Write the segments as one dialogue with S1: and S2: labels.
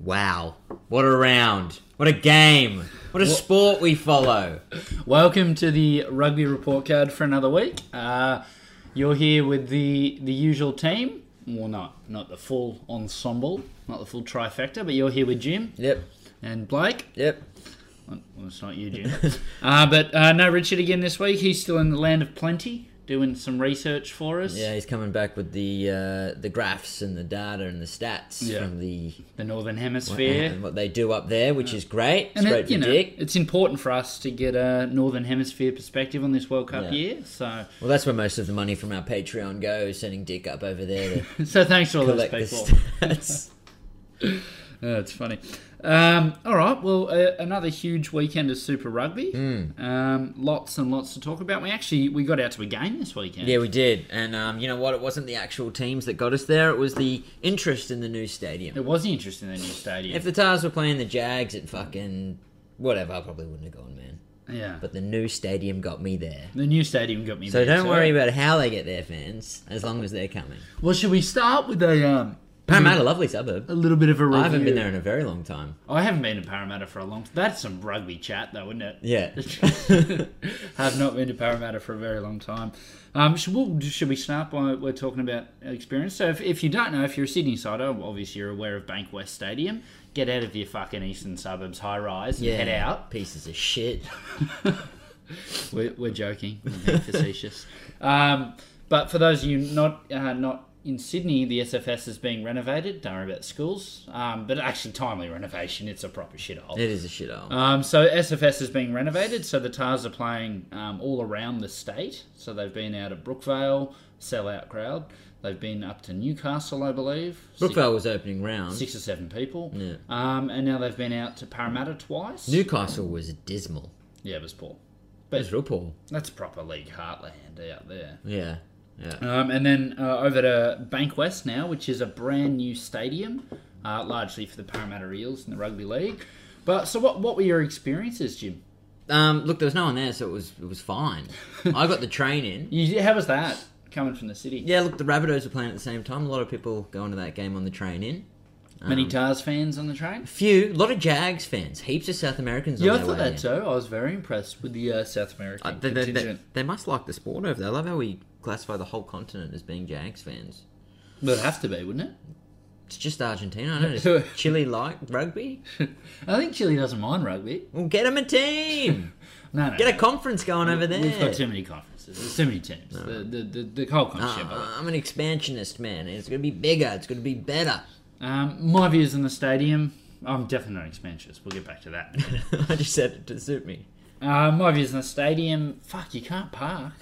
S1: Wow. What a round. What a game. What a sport we follow.
S2: Welcome to the rugby report card for another week. Uh, you're here with the the usual team. Well, not not the full ensemble, not the full trifecta, but you're here with Jim
S1: Yep.
S2: and Blake.
S1: Yep.
S2: Well, it's not you, Jim. uh, but uh, no Richard again this week. He's still in the land of plenty, doing some research for us.
S1: Yeah, he's coming back with the uh, the graphs and the data and the stats
S2: Yeah.
S1: from the uh,
S2: The Northern Hemisphere.
S1: and what they do up there, which is great. It's
S2: And
S1: great
S2: it,
S1: for
S2: you know,
S1: Dick.
S2: it's important for us to get a Northern Hemisphere perspective on this World Cup
S1: Yeah.
S2: year. So,
S1: Well, that's where most of the money from our Patreon goes, sending Dick up over there to
S2: so thanks to all those
S1: collect the
S2: people.
S1: stats.
S2: Yeah, it's funny. Um, all right, well, uh, another huge weekend of Super Rugby.
S1: Hmm.
S2: Um, lots and lots to talk about. We actually we got out to a game this weekend.
S1: Yeah, we did. And um, you know what? It wasn't the actual teams that got us there. It was the interest in the new stadium.
S2: it was interesting the new stadium.
S1: If the Tars were playing the Jags at fucking whatever, I probably wouldn't have gone, man.
S2: yeah,
S1: But the new stadium got me there.
S2: the new stadium got me.
S1: So
S2: there,
S1: don't worry about how they get their fans, as long as they're coming. Mm.
S2: Well, should we start with a um,
S1: Parramatta, lovely
S2: a
S1: suburb.
S2: little bit of a review?
S1: I haven't been there in a very long time.
S2: I haven't been to Parramatta for a long. That's some rugby chat, though, isn't it?
S1: Yeah.
S2: have not been to Parramatta for a very long time. Um, should, we'll, should we start by we're talking about experience? So if, if you don't know, if you're a Sydney sider, obviously you're aware of Bankwest Stadium. Get out of your fucking eastern suburbs high rise and
S1: Yeah.
S2: head out.
S1: Pieces of shit.
S2: We're, we're joking, we're being facetious. Um, but for those of you not uh, not in Sydney, the SFS is being renovated. Don't worry about schools, um, but actually timely renovation. It's a proper shithole.
S1: It is a shithole.
S2: Um, so SFS is being renovated, so the Tars are playing um, all around the state. So they've been out at Brookvale, sellout crowd. They've been up to Newcastle, I believe. Six-
S1: Brookvale was opening round.
S2: Six, or seven people.
S1: Yeah.
S2: Um, and now they've been out to Parramatta twice.
S1: Newcastle was dismal.
S2: yeah, it was poor.
S1: It was real poor.
S2: That's proper league heartland out there.
S1: Yeah. Yeah.
S2: Um, and then uh, over to Bankwest now, which is a brand new stadium, uh, largely for the Parramatta Eels in the rugby league. But so, what what were your experiences, Jim?
S1: Um, look, there was no one there, so it was it was fine. I got the train in.
S2: You, how was that coming from the city?
S1: Yeah, look, the Rabbitohs were playing at the same time. A lot of people going to that game on the train in.
S2: Many Tars fans on the train.
S1: Few, a lot of Jags fans, heaps of South Americans.
S2: Yeah,
S1: on
S2: I
S1: their
S2: thought
S1: way
S2: that
S1: in.
S2: too. I was very impressed with the uh, South American
S1: Uh, they, they, they,
S2: contingent.
S1: they must like the sport over there. I love how we classify the whole continent as being Jags fans.
S2: Would have to be, wouldn't
S1: It's just Argentina. I know. Does Chile like rugby?
S2: it? I think Chile doesn't mind rugby.
S1: Well, get them a team.
S2: No, no.
S1: Get a conference going over there.
S2: We've got too many conferences. There's too many teams. The, the, the, the whole
S1: Uh,
S2: conference.
S1: I'm an expansionist man. It's going to be bigger. It's going to be better.
S2: um, my views on the stadium. I'm definitely not expansionist. We'll get back to that. in a minute.
S1: I just said it to suit me.
S2: uh, my views on the stadium. Fuck, you can't park.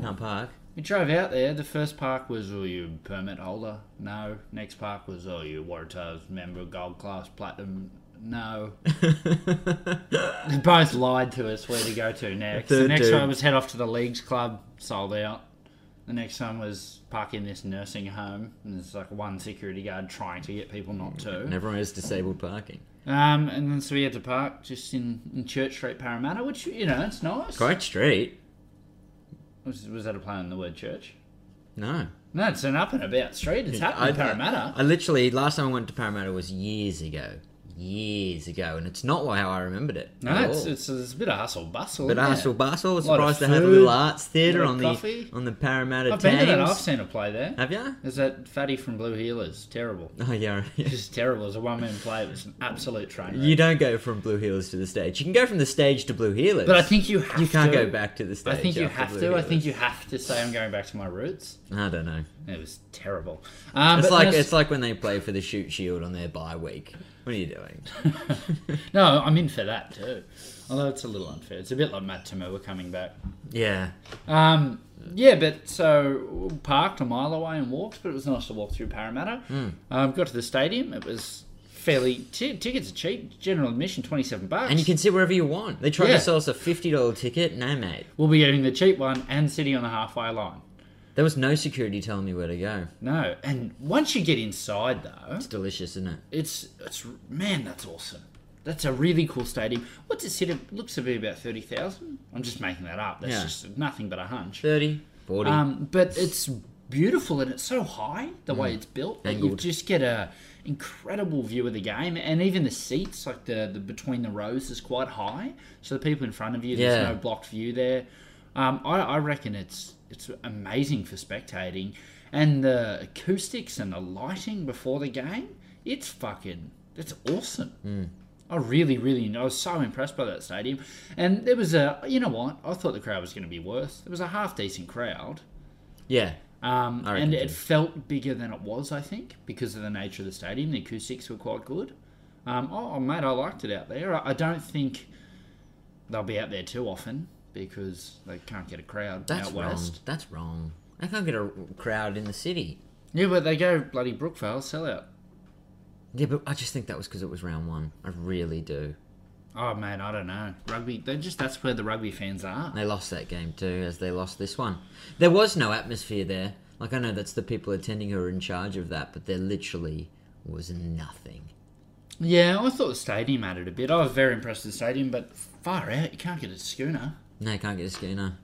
S1: Can't park.
S2: We drove out there. The first park was, oh, you permit holder. No. Next park was, oh, you Waratahs member, gold class, platinum. No. they both lied to us where to go to next. The
S1: Third
S2: next
S1: dude.
S2: one was head off to the leagues club, sold out. The next one was park in this nursing home, and there's like one security guard trying to get people not to.
S1: And everyone has disabled parking.
S2: Um, and then so we had to park just in, in Church Street, Parramatta, which you know it's nice.
S1: Great street.
S2: Was, was that a play on the word church?
S1: No.
S2: No, it's an up and about street. It's happening in Parramatta.
S1: I literally last time I went to Parramatta was years ago, years ago, and it's not how I remembered it.
S2: No,
S1: at
S2: it's,
S1: all.
S2: it's, it's a bit of hustle bustle.
S1: but
S2: isn't it?
S1: Arsenal Basel,
S2: Lot of
S1: surprised they had a
S2: food,
S1: little arts theatre
S2: lot of
S1: on
S2: coffee.
S1: the on the Parramatta
S2: I've been to that.
S1: Thames.
S2: I've seen a play there.
S1: Have you?
S2: There's that fatty from Blue Heelers. Terrible.
S1: Oh yeah. yeah.
S2: Just terrible. It was a one man play. It was an absolute train wreck.
S1: You don't go from Blue Heelers to the stage. You can go from the stage to Blue Heelers,
S2: But I think you have
S1: you can't
S2: to.
S1: go back to the stage.
S2: I think you
S1: after
S2: have
S1: Blue
S2: to. I
S1: Heelers.
S2: think you have to say I'm going back to my roots.
S1: I don't know.
S2: It was terrible. Um,
S1: It's
S2: but
S1: like
S2: no,
S1: it's like when they play for the Shoot Shield on their bye week. What are you doing?
S2: no, I'm in for that too. Although it's a little unfair. It's a bit like Matt Tamua coming back.
S1: Yeah.
S2: Um, yeah, but so parked a mile away and walked, but it was nice to walk through Parramatta.
S1: Hmm.
S2: Um, got to the stadium. It was fairly t- tickets are cheap. General admission twenty seven bucks.
S1: And you can sit wherever you want. They tried
S2: Yeah.
S1: to sell us a fifty dollar ticket. No, mate.
S2: we'll be getting the cheap one and sitting on the halfway line.
S1: There was no security telling me where to go.
S2: No, and once you get inside though,
S1: It's delicious, isn't it?
S2: it's it's man, that's awesome. That's a really cool stadium. What's it sit? It looks to be about thirty thousand. I'm just making that up. That's
S1: Yeah.
S2: just nothing but a hunch.
S1: 30, 40.
S2: Um, but it's beautiful and it's so high the way it's built that you
S1: Angled.
S2: just get a incredible view of the game, and even the seats, like the, the between the rows, is quite high. So the people in front of you, there's
S1: Yeah.
S2: no blocked view there. Um, I, I reckon it's it's amazing for spectating, and the acoustics and the lighting before the game, it's fucking it's awesome. I really, really, I was so impressed by that stadium. And there was a, you know what? I thought the crowd was going to be worse. There was a half decent crowd.
S1: Yeah.
S2: Um,
S1: I
S2: and
S1: reckon
S2: it
S1: too.
S2: felt bigger than it was, I think, because of the nature of the stadium. The acoustics were quite good. Um, oh, mate, I liked it out there. I, I don't think they'll be out there too often because they can't get a crowd
S1: That's
S2: out
S1: wrong.
S2: west.
S1: That's wrong. I can't get a crowd in the city.
S2: Yeah, but they go bloody Brookvale sell out.
S1: Yeah, but I just think that was because it was round one. I really do.
S2: Oh, man, I don't know. Rugby, they just, that's where the rugby fans are.
S1: They lost that game too, as they lost this one. There was no atmosphere there. Like I know that's the people attending who are in charge of that, but there literally was nothing.
S2: Yeah, I thought the stadium added a bit. I was very impressed with the stadium, but far out, you can't get a schooner.
S1: No, you can't get a schooner.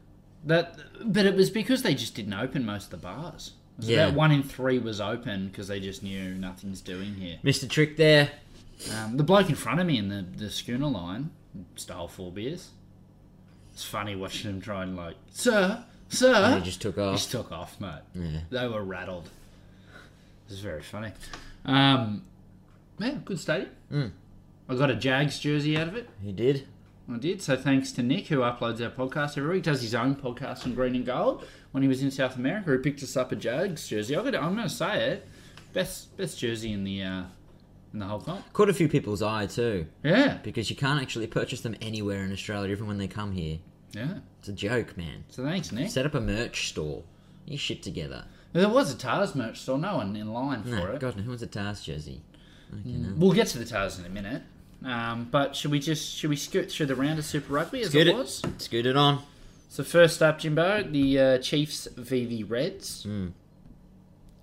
S2: That, but it was because they just didn't open most of the bars. It was
S1: Yeah.
S2: About one in three was open because they just knew nothing's doing here.
S1: Mr. Trick there.
S2: Um, the bloke in front of me in the, the schooner line stole four beers. It's funny watching him try and like, sir,
S1: And
S2: sir.
S1: he just took
S2: He
S1: off.
S2: just took off, mate.
S1: Yeah.
S2: They were rattled. It was very funny. Um, yeah, good stadium.
S1: Hmm.
S2: I got a Jags jersey out of it.
S1: He did.
S2: I did. So thanks to Nick, who uploads our podcast every week, does his own podcast on green and gold. When he was in South America, he picked us up a Jags jersey. I got, I'm going to say it, best best jersey in the uh, in the whole comp.
S1: Caught a few people's eye too,
S2: Yeah,
S1: because you can't actually purchase them anywhere in Australia, even when they come here.
S2: yeah.
S1: It's a joke, man.
S2: So thanks, Nick.
S1: Set up a merch store. You shit together.
S2: There was a Tars merch store. No one in line for
S1: No,
S2: it.
S1: God, no, who wants a TARS jersey?
S2: We'll get to the Tars in a minute. Um, but should we just should we scoot through the round of Super Rugby as
S1: Scoot
S2: it
S1: it.
S2: was?
S1: Scoot it on.
S2: So first up, Jimbo, the uh, Chiefs v the Reds.
S1: Hmm.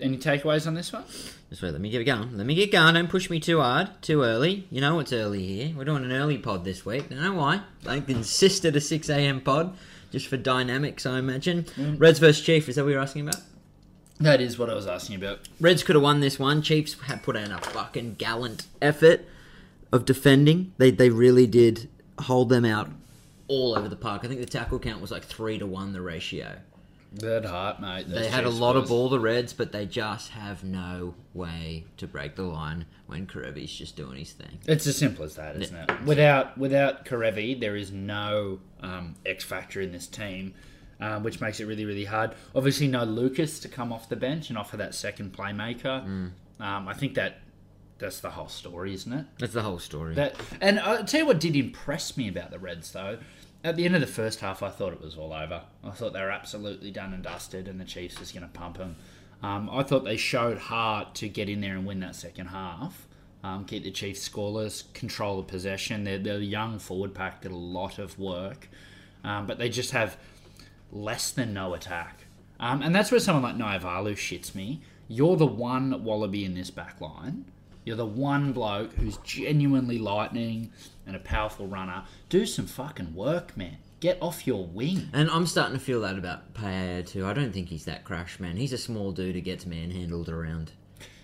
S2: Any takeaways on this one?
S1: Just wait, let me get going. Let me get going. Don't push me too hard, too early. You know it's early here. We're doing an early pod this week. Don't know why. They insisted a 6 a.m. pod just for dynamics, I imagine. Reds versus Chiefs, is that what you're asking about?
S2: That is what I was asking about.
S1: Reds could have won this one. Chiefs had put in a fucking gallant effort of defending. They they really did hold them out all over the park. I think the tackle count was like three to one the ratio.
S2: That heart, mate.
S1: They had a lot of ball, the Reds, but they just have no way to break the line when Karevi's just doing his thing.
S2: It's as simple as that, isn't it? Without without Karevi, there is no um, X factor in this team, uh, which makes it really really hard. Obviously, no Lucas to come off the bench and offer that second playmaker.
S1: Mm.
S2: Um, I think that that's the whole story, isn't it?
S1: That's the whole story.
S2: That and I'll tell you what did impress me about the Reds though. At the end of the first half, I thought it was all over. I thought they were absolutely done and dusted, and the Chiefs was going to pump them. Um, I thought they showed heart to get in there and win that second half, um, keep the Chiefs scoreless, control the possession. Their their young forward pack did a lot of work, um, but they just have less than no attack. Um, and that's where someone like Naivalu shits me. You're the one wallaby in this back line. You're the one bloke who's genuinely lightning and a powerful runner. Do some fucking work, man. Get off your wing.
S1: and I'm starting to feel that about Payet too. I don't think he's that crash, man. He's a small dude who gets manhandled around.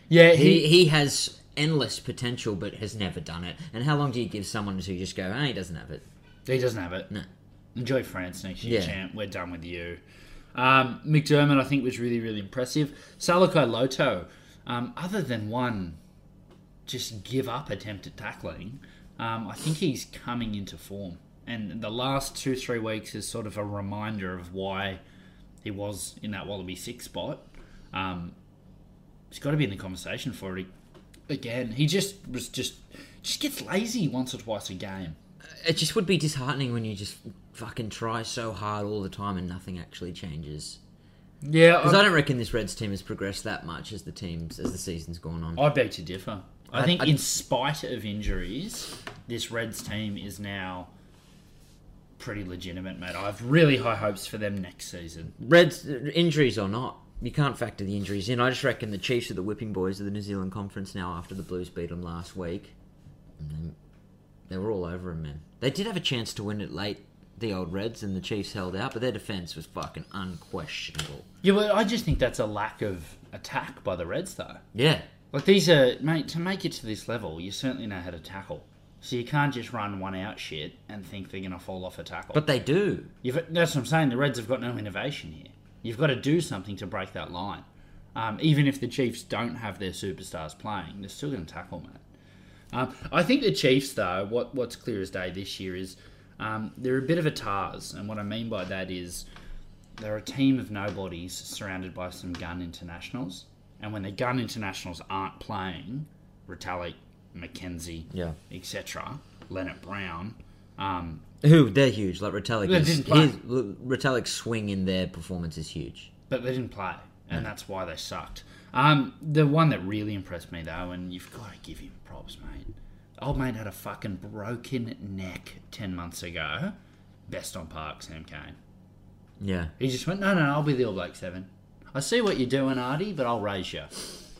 S2: Yeah,
S1: He he has endless potential, but has never done it. And how long do you give someone to just go, "Hey, he doesn't have it"?
S2: He doesn't have it.
S1: No.
S2: Enjoy France next year,
S1: Yeah.
S2: champ. We're done with you. Um, McDermott, I think, was really, really impressive. Salakai Loto, um, other than one just give up attempt at tackling, um, I think he's coming into form. And the last two, three weeks is sort of a reminder of why he was in that Wallaby 6 spot. Um, he's got to be in the conversation for it again. He just was just just gets lazy once or twice a game.
S1: It just would be disheartening when you just fucking try so hard all the time and nothing actually changes.
S2: Yeah,
S1: Because I don't reckon this Reds team has progressed that much as the teams as the season's gone on.
S2: I beg to differ. I,
S1: I-
S2: think,
S1: I-
S2: in spite of injuries, this Reds team is now pretty legitimate, mate. I have really high hopes for them next season.
S1: Reds injuries or not, you can't factor the injuries in. I just reckon the Chiefs are the whipping boys of the New Zealand Conference now after the Blues beat them last week. And then they were all over them, man. They did have a chance to win it late, the old Reds, and the Chiefs held out, but their defense was fucking unquestionable.
S2: Yeah, well, I just think that's a lack of attack by the Reds, though.
S1: Yeah,
S2: Like these are, mate. To make it to this level, you certainly know how to tackle. So you can't just run one out shit and think they're going to fall off a tackle.
S1: But they do.
S2: You've, that's what I'm saying. The Reds have got no innovation here. You've got to do something to break that line. Um, even if the Chiefs don't have their superstars playing, they're still going to tackle, man. Um, I think the Chiefs, though, what what's clear as day this year is um, they're a bit of a TARS, and what I mean by that is they're a team of nobodies surrounded by some gun internationals, and when the gun internationals aren't playing, Retallick, McKenzie,
S1: Yeah.
S2: etc., Leonard Brown, um,
S1: Who they're huge. Like Retallick,
S2: They
S1: is, his,
S2: didn't play.
S1: Retallick's swing in their performance is huge.
S2: but they didn't play, and that's why they sucked. Um, the one that really impressed me though, and you've got to give him props, mate. Old mate had a fucking broken neck ten months ago. Best on park, Sam Kane.
S1: Yeah,
S2: He just went, no, no, I'll be the All Black Seven. I see what you're doing, Artie, but I'll raise you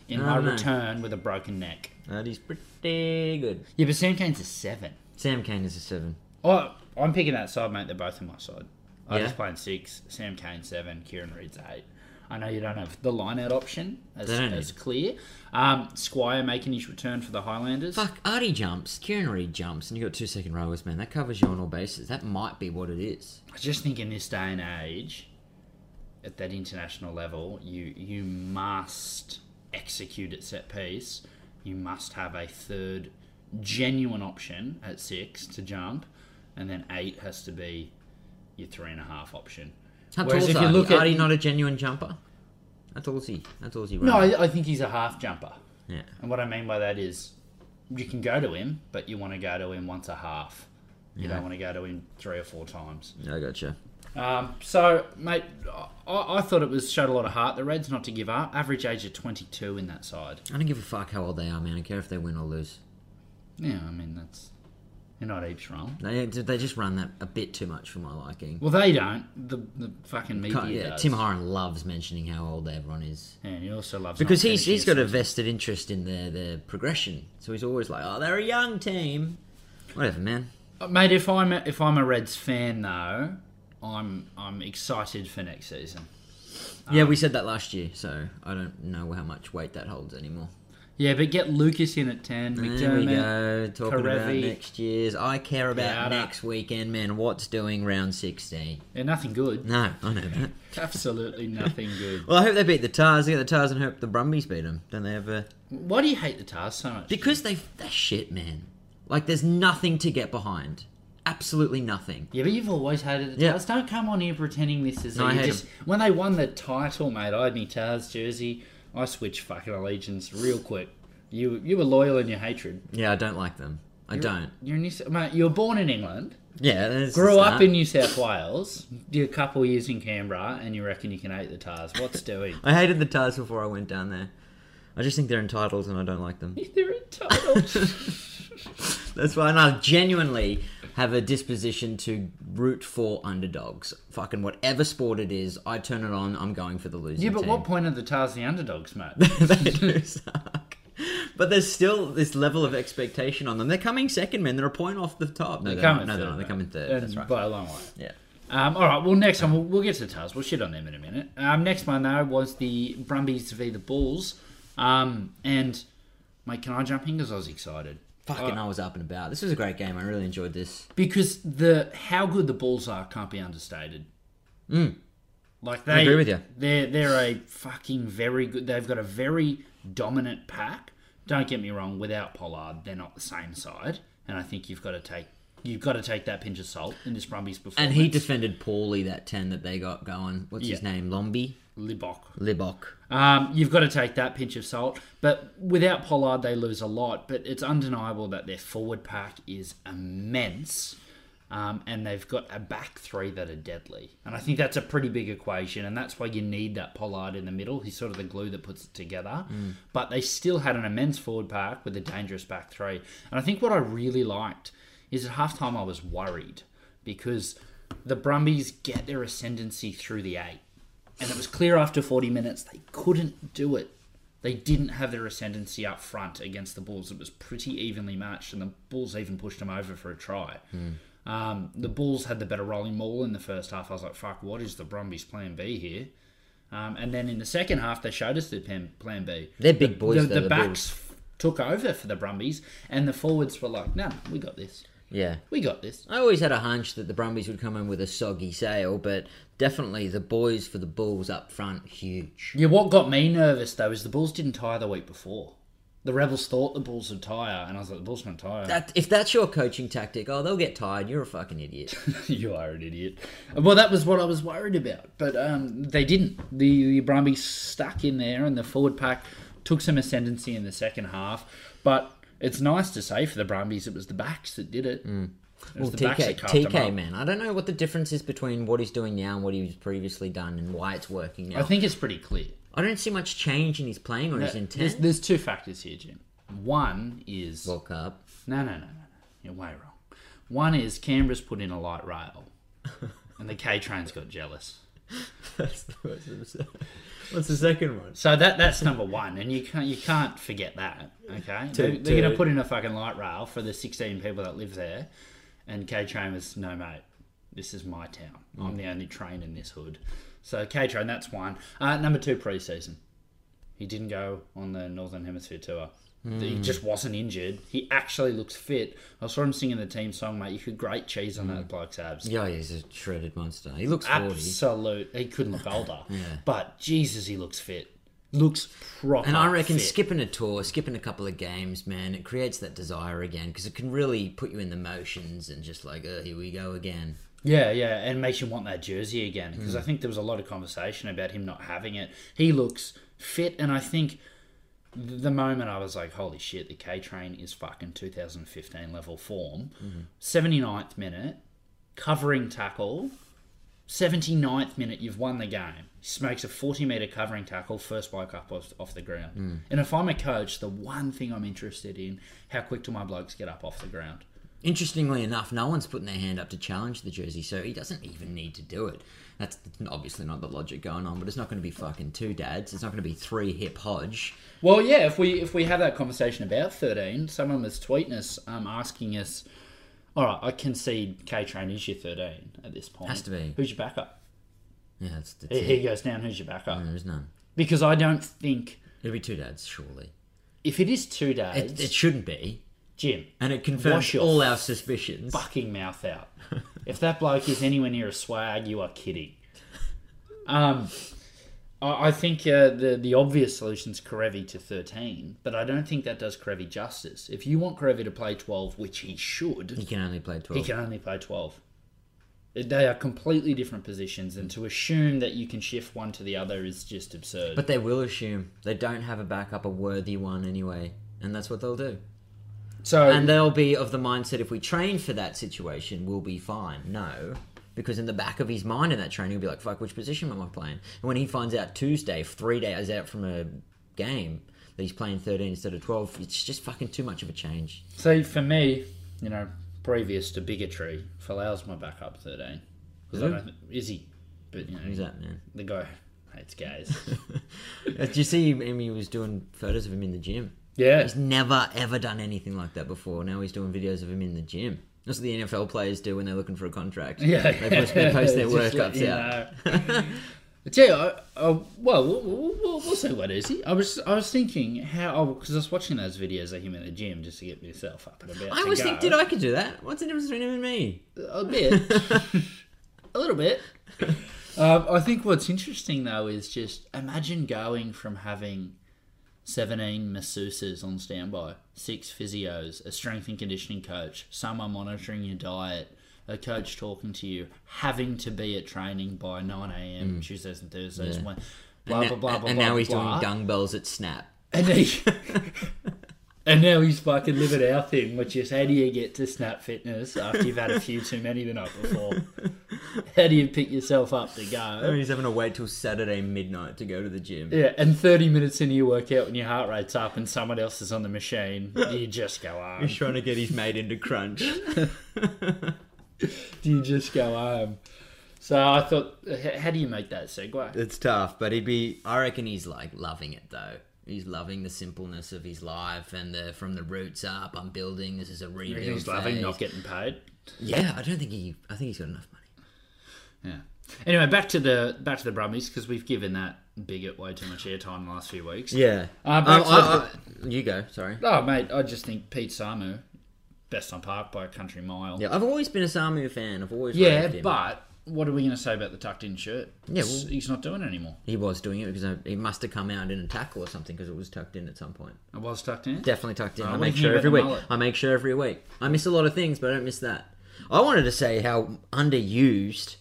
S2: in
S1: No,
S2: my
S1: no.
S2: return with a broken neck.
S1: that is pretty good.
S2: Yeah, but Sam Kane's a seven.
S1: Sam Kane is a seven.
S2: Oh, I'm picking that side, mate. They're both on my side. I
S1: Yeah.
S2: just playing six. Sam Kane seven. Kieran Reed's eight. I know you don't have the line out option as,
S1: They don't
S2: as clear. Um, Squire making his return for the Highlanders.
S1: Fuck, Artie jumps, Kieran Reid jumps, and you got two second rowers, man. That covers you on all bases. That might be what it is.
S2: I just think in this day and age, at that international level, you you must execute at set piece. You must have a third genuine option at six to jump, and then eight has to be your three and a half option.
S1: How
S2: Whereas
S1: tall's
S2: if you
S1: Artie?
S2: look at-
S1: Artie not a genuine jumper? How tall's he? How tall's he?
S2: No,
S1: Ryan?
S2: I, I think he's a half jumper.
S1: Yeah.
S2: And what I mean by that is you can go to him, but you want to go to him once a half. You
S1: Yeah.
S2: don't want to go to him three or four times.
S1: Yeah, I gotcha.
S2: Um, so, mate, I, I thought it was showed a lot of heart. The Reds not to give up. Average age of 22 in that side.
S1: I don't give a fuck how old they are, man. I care if they win or lose.
S2: Yeah, I mean, that's. You're not heaps wrong.
S1: They, they just run that a bit too much for my liking.
S2: Well, they don't. The, the fucking media
S1: Can't- yeah,
S2: does.
S1: Tim Horan loves mentioning how old everyone is.
S2: and he also loves
S1: Because
S2: not
S1: he's,
S2: finishing
S1: he's got a
S2: his-
S1: vested interest in their, their progression. So he's always like, oh, they're a young team. Whatever, man.
S2: Uh, Mate, if I'm a, if I'm a Reds fan though, I'm I'm excited for next season.
S1: yeah,
S2: Um,
S1: we said that last year, so I don't know how much weight that holds anymore.
S2: Yeah, but get Lucas in at ten.
S1: There we
S2: McDermott.
S1: go. Talking about
S2: Karevi,
S1: next year's. I care about
S2: Gowda.
S1: next weekend, man. What's doing round 16?
S2: They're nothing good.
S1: No, I know that.
S2: Absolutely nothing good.
S1: Well, I hope they beat the Tars. They get the Tars and hope the Brumbies beat them. Don't they ever?
S2: Why do you hate the Tars so much?
S1: Because they they're shit, man. Like there's nothing to get behind. Absolutely nothing.
S2: yeah, but you've always hated the
S1: Yeah.
S2: Tars. Don't come on here pretending this is.
S1: No, I
S2: you
S1: hate
S2: just when they won the title, mate. I had my Tars jersey. I switched fucking allegiance real quick. You you were loyal in your hatred.
S1: Yeah, I don't like them. I don't.
S2: You're New, mate. You were born in England.
S1: Yeah, that's the
S2: Grew up
S1: start.
S2: in New South Wales, did a couple years in Canberra, and you reckon you can hate the Tars? What's doing?
S1: I hated the Tars before I went down there. I just think they're entitled and I don't like them.
S2: They're entitled.
S1: That's why, and I genuinely have a disposition to root for underdogs. Fucking whatever sport it is, I turn it on. I'm going for the losing
S2: Yeah, but
S1: team.
S2: what point are the Tars the underdogs, mate?
S1: they do suck. But there's still this level of expectation on them. They're coming second, man. They're a point off the top. No, they're,
S2: Come
S1: not.
S2: in
S1: No, they're not.
S2: mate.
S1: They're coming third.
S2: And
S1: That's right.
S2: By a long way.
S1: yeah.
S2: Um, all right, well, next time, we'll, we'll get to the Tars. We'll shit on them in a minute. Um, next one, though, was the Brumbies v. the Bulls. Um, and, mate, can I jump in? Because I was excited. uh,
S1: Fucking, I was up and about. This was a great game. I really enjoyed this.
S2: Because the how good the Bulls are can't be understated. Like they,
S1: Mm. agree with you.
S2: They're they're a fucking very good. They've got a very dominant pack. Don't get me wrong. Without Pollard, they're not the same side. And I think you've got to take you've got to take that pinch of salt in this Brumbies performance.
S1: And he defended poorly that 10 that they got going. What's his
S2: Yeah.
S1: name? Lombi?
S2: Libok.
S1: Libok.
S2: Um, you've got to take that pinch of salt. But without Pollard, they lose a lot. But it's undeniable that their forward pack is immense. Um, and they've got a back three that are deadly. And I think that's a pretty big equation. And that's why you need that Pollard in the middle. He's sort of the glue that puts it together. But they still had an immense forward pack with a dangerous back three. And I think what I really liked is at halftime, I was worried because the Brumbies get their ascendancy through the eight. And it was clear after 40 minutes they couldn't do it. They didn't have their ascendancy up front against the Bulls. It was pretty evenly matched, and the Bulls even pushed them over for a try.
S1: Hmm.
S2: Um, the Bulls had the better rolling ball in the first half. I was like, fuck, what is the Brumbies plan B here? Um, and then in the second half, they showed us the plan, plan B.
S1: They're big
S2: The-
S1: boys,
S2: The,
S1: though,
S2: the
S1: the
S2: backs f- took over for the Brumbies, and the forwards were like, "No, we got this.
S1: Yeah.
S2: We got this."
S1: I always had a hunch that the Brumbies would come in with a soggy sail, but definitely the boys for the Bulls up front, huge.
S2: Yeah, what got me nervous though is the Bulls didn't tie the week before. The Rebels thought the Bulls would tire, and I was like, "The Bulls won't tire."
S1: That, if that's your coaching tactic, oh, they'll get tired. You're a fucking idiot.
S2: you are an idiot. Well, that was what I was worried about, but um, they didn't. The, the Brumbies stuck in there, and the forward pack took some ascendancy in the second half. But it's nice to say for the Brumbies, it was the backs that did it. It
S1: Mm. Well,
S2: was the backs
S1: TK,
S2: that carved them
S1: TK
S2: up.
S1: man, I don't know what the difference is between what he's doing now and what he's previously done and why it's working now. I,
S2: I think it's pretty clear.
S1: don't see much change in his playing or his
S2: There's,
S1: intent.
S2: there's two factors here, Jim. One is
S1: World Cup.
S2: no, no, no, no, no. You're way wrong. One is Canberra's put in a light rail, and the K train's got jealous.
S1: That's the worst. What's the second one?
S2: So that that's number one, and you can't you can't forget that. Okay,
S1: Two-
S2: they're, they're going
S1: two.
S2: to put in a fucking light rail for the sixteen people that live there, and K Train was no mate. This is my town.
S1: Mm.
S2: I'm the only train in this hood. So K Train, that's one. Uh, number two, preseason. He didn't go on the Northern Hemisphere tour.
S1: Mm.
S2: He just wasn't injured. He actually looks fit. I saw him singing the team song, mate. You could grate cheese on
S1: Mm.
S2: that bloke's abs.
S1: Yeah, he's a shredded monster. He looks forty.
S2: Absolute. He couldn't look older. But Jesus, he looks fit. Looks proper.
S1: And I reckon
S2: fit.
S1: skipping a tour, skipping a couple of games, man, it creates that desire again because it can really put you in the motions and just like, oh, here we go again.
S2: Yeah, yeah, and makes you want that jersey again because I think there was a lot of conversation about him not having it. He looks fit, and I think th- the moment I was like, "Holy shit, the K Train is fucking 2015 level form." 79th minute, covering tackle. 79th minute, you've won the game. He makes a 40 metre covering tackle, first bike up off, off the ground. And if I'm a coach, the one thing I'm interested in, how quick do my blokes get up off the ground?
S1: Interestingly enough, no one's putting their hand up to challenge the jersey, so he doesn't even need to do it. That's obviously not the logic going on, but it's not going to be fucking two dads. It's not going to be three hip hodge.
S2: Well, yeah. If we if we have that conversation about thirteen, someone was tweeting us, um, asking us, "All right, I concede K Train is your thirteen at this point.
S1: Has to be.
S2: Who's your backup?
S1: Yeah, that's, that's
S2: He,
S1: it. Mm.
S2: he goes down. Who's your backup?
S1: There's none.
S2: Because I don't think
S1: It'll be two dads, surely.
S2: if it is two days,
S1: It, it shouldn't be,
S2: Jim,
S1: and it confirms
S2: Wash your
S1: all our suspicions.
S2: fucking mouth out. if that bloke is anywhere near a swag, you are kidding. Um, I, I think uh, the the obvious solution is Karevi to thirteen, but I don't think that does Karevi justice. If you want Karevi to play twelve, which he should,
S1: He can only play
S2: He
S1: twelve.
S2: can only play 12. They are completely different positions, and to assume that you can shift one to the other is just absurd.
S1: But they will assume they don't have a backup, a worthy one anyway, and that's what they'll do.
S2: so,
S1: And they'll be of the mindset if we train for that situation, we'll be fine. No. Because in the back of his mind in that training, he'll be like, fuck, which position am I playing? And when he finds out Tuesday, three days out from a game, that he's playing 13 instead of 12, it's just fucking too much of a change.
S2: so for me, you know, previous to bigotry, Falau's my backup 13. 'Cause I
S1: Who?
S2: don't thi- Is he? But, you know,
S1: Who's that, man? Uh,
S2: the guy hates gays.
S1: Did you see him? He was doing photos of him in the gym.
S2: yeah.
S1: He's never, ever done anything like that before. Now he's doing videos of him in the gym. That's what the NFL players do when they're looking for a contract.
S2: Yeah.
S1: They post, they post their
S2: Just let
S1: workouts
S2: you
S1: out.
S2: know. But yeah, I, I, well, we'll, we'll, we'll, we'll see what is he. I was, I was thinking how, because I was watching those videos of him in the gym just to get myself up and about.
S1: I
S2: to
S1: always
S2: go.
S1: think, dude, I could do that. What's the difference between him and me?
S2: a bit, a little bit. Um, I think what's interesting though is just imagine going from having seventeen masseuses on standby, six physios, a strength and conditioning coach, someone monitoring your diet, a coach talking to you, having to be at training by nine a.m. Tuesdays and Thursdays. When, blah,
S1: Mm. and
S2: blah
S1: now-
S2: blah blah
S1: and
S2: blah.
S1: now he's
S2: blah.
S1: doing dung bells at Snap.
S2: And he, and now he's fucking living our thing, which is how do you get to snap fitness after you've had a few too many the night before? How do you pick yourself up to go?
S1: he's having to wait till Saturday midnight to go to the gym.
S2: Yeah, and 30 minutes into your workout and your heart rate's up and someone else is on the machine, do you just go home?
S1: He's trying to get his mate into crunch.
S2: Do you just go home? So I thought, h- how do you make that segue?
S1: it's tough, but he'd be. I reckon he's like loving it though. He's loving the simpleness of his life and the from the roots up. I'm building. This is a rebuild.
S2: He's loving
S1: phase.
S2: not getting paid.
S1: Yeah, I don't think he. I think he's got enough money.
S2: Yeah. Anyway, back to the back to the Brummies because we've given that bigot way too much airtime the last few weeks.
S1: Yeah.
S2: Uh,
S1: Um,
S2: back to
S1: I, I, you go. Sorry.
S2: Oh, mate, I just think Pete Samu, best on park by a country mile.
S1: Yeah, I've always been a Samu fan. I've always
S2: Yeah,
S1: raved him.
S2: but what are we going to say about the tucked in shirt?
S1: Yeah,
S2: It's-
S1: well-
S2: he's not doing it anymore.
S1: he was doing it because I, he must have come out in a tackle or something because it was tucked in at some point.
S2: I was tucked in.
S1: Definitely tucked in. I
S2: what
S1: make
S2: do you
S1: sure
S2: think
S1: every
S2: about
S1: week.
S2: the mullet?
S1: I make sure every week. I miss a lot of things, but I don't miss that. I wanted to say how underused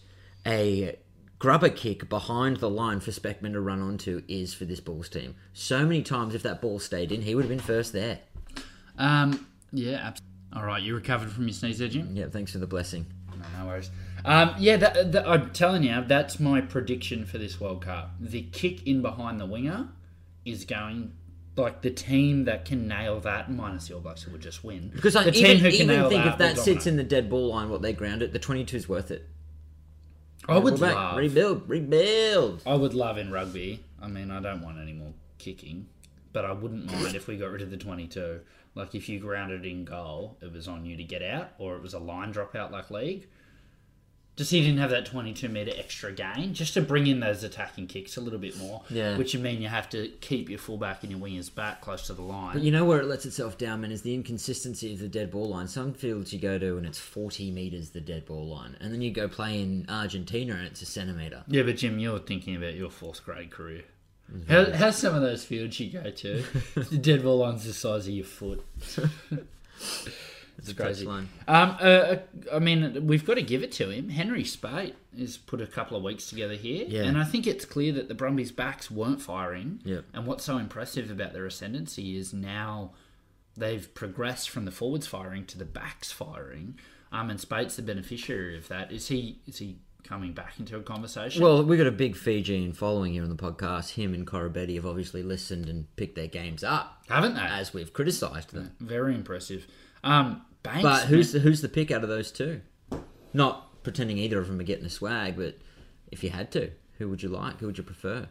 S1: a grubber kick behind the line for Speckman to run onto is for this Bulls team. So many times, if that ball stayed in, he would have been first there.
S2: Um, yeah, absolutely. All right, you recovered from your sneeze, did you?
S1: Yeah, thanks for the blessing.
S2: No, no worries. Um, yeah, that, that, I'm telling you, that's my prediction for this World Cup. The kick in behind the winger is going. Like the team that can nail that, minus the All Blacks, who would just win.
S1: Because I
S2: the
S1: even, even think if
S2: will
S1: that sits
S2: dominate.
S1: in the dead ball line, what they ground it, the 22's worth it.
S2: I would
S1: Pull back,
S2: love.
S1: rebuild, rebuild.
S2: I would love in rugby. I mean, I don't want any more kicking, but I wouldn't mind if we got rid of the 22. Like, if you grounded in goal, it was on you to get out, or it was a line dropout like league. Just so you didn't have that 22 metre extra gain, just to bring in those attacking kicks a little bit more.
S1: Yeah.
S2: Which would mean you have to keep your fullback and your wingers back close to the line.
S1: You know where it lets itself down, man, is the inconsistency of the dead ball line. Some fields you go to and it's 40 metres the dead ball line. And then you go play in Argentina and it's a centimetre.
S2: Yeah, but Jim, you're thinking about your fourth grade career. How, how's some of those fields you go to? the dead ball line's the size of your foot. it's
S1: a
S2: crazy.
S1: touchline.
S2: Um, uh, I mean, we've got to give it to him. Henry Spate has put a couple of weeks together here,
S1: Yeah.
S2: and I think it's clear that the Brumbies' backs weren't firing.
S1: Yep.
S2: And what's so impressive about their ascendancy is now they've progressed from the forwards firing to the backs firing. Um, and Spate's the beneficiary of that. Is he? Is he? Coming back into a conversation.
S1: Well, we got a big Fijian following here on the podcast. Him and Corabetti have obviously listened and picked their games up
S2: Haven't they?
S1: as we've criticised them.
S2: Very impressive. Um, Banks.
S1: But who's the, who's the pick out of those two? Not pretending either of them are getting a swag, but if you had to, who would you like? Who would you prefer?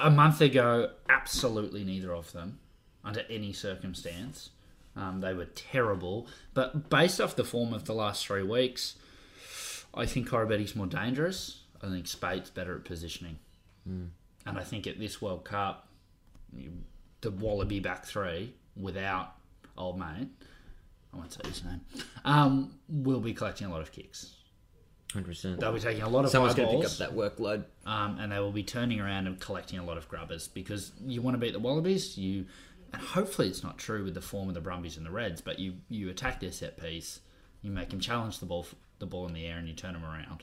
S2: a month ago? Absolutely neither of them, under any circumstance. Um, they were terrible. But based off the form of the last three weeks, I think Corabetti's more dangerous. I think Spate's better at positioning,
S1: Hmm.
S2: and I think at this World Cup, you- the Wallaby back three without old mate. I won't say his name. Um, will be collecting a lot of kicks.
S1: 100%.
S2: They'll be taking a lot of
S1: Someone's going to pick
S2: eyeballs.
S1: up that workload.
S2: um, and they will be turning around and collecting a lot of grubbers because you want to beat the Wallabies. You and hopefully it's not true with the form of the Brumbies and the Reds, but you you attack their set piece, you make them challenge the ball the ball in the air, and you turn them around,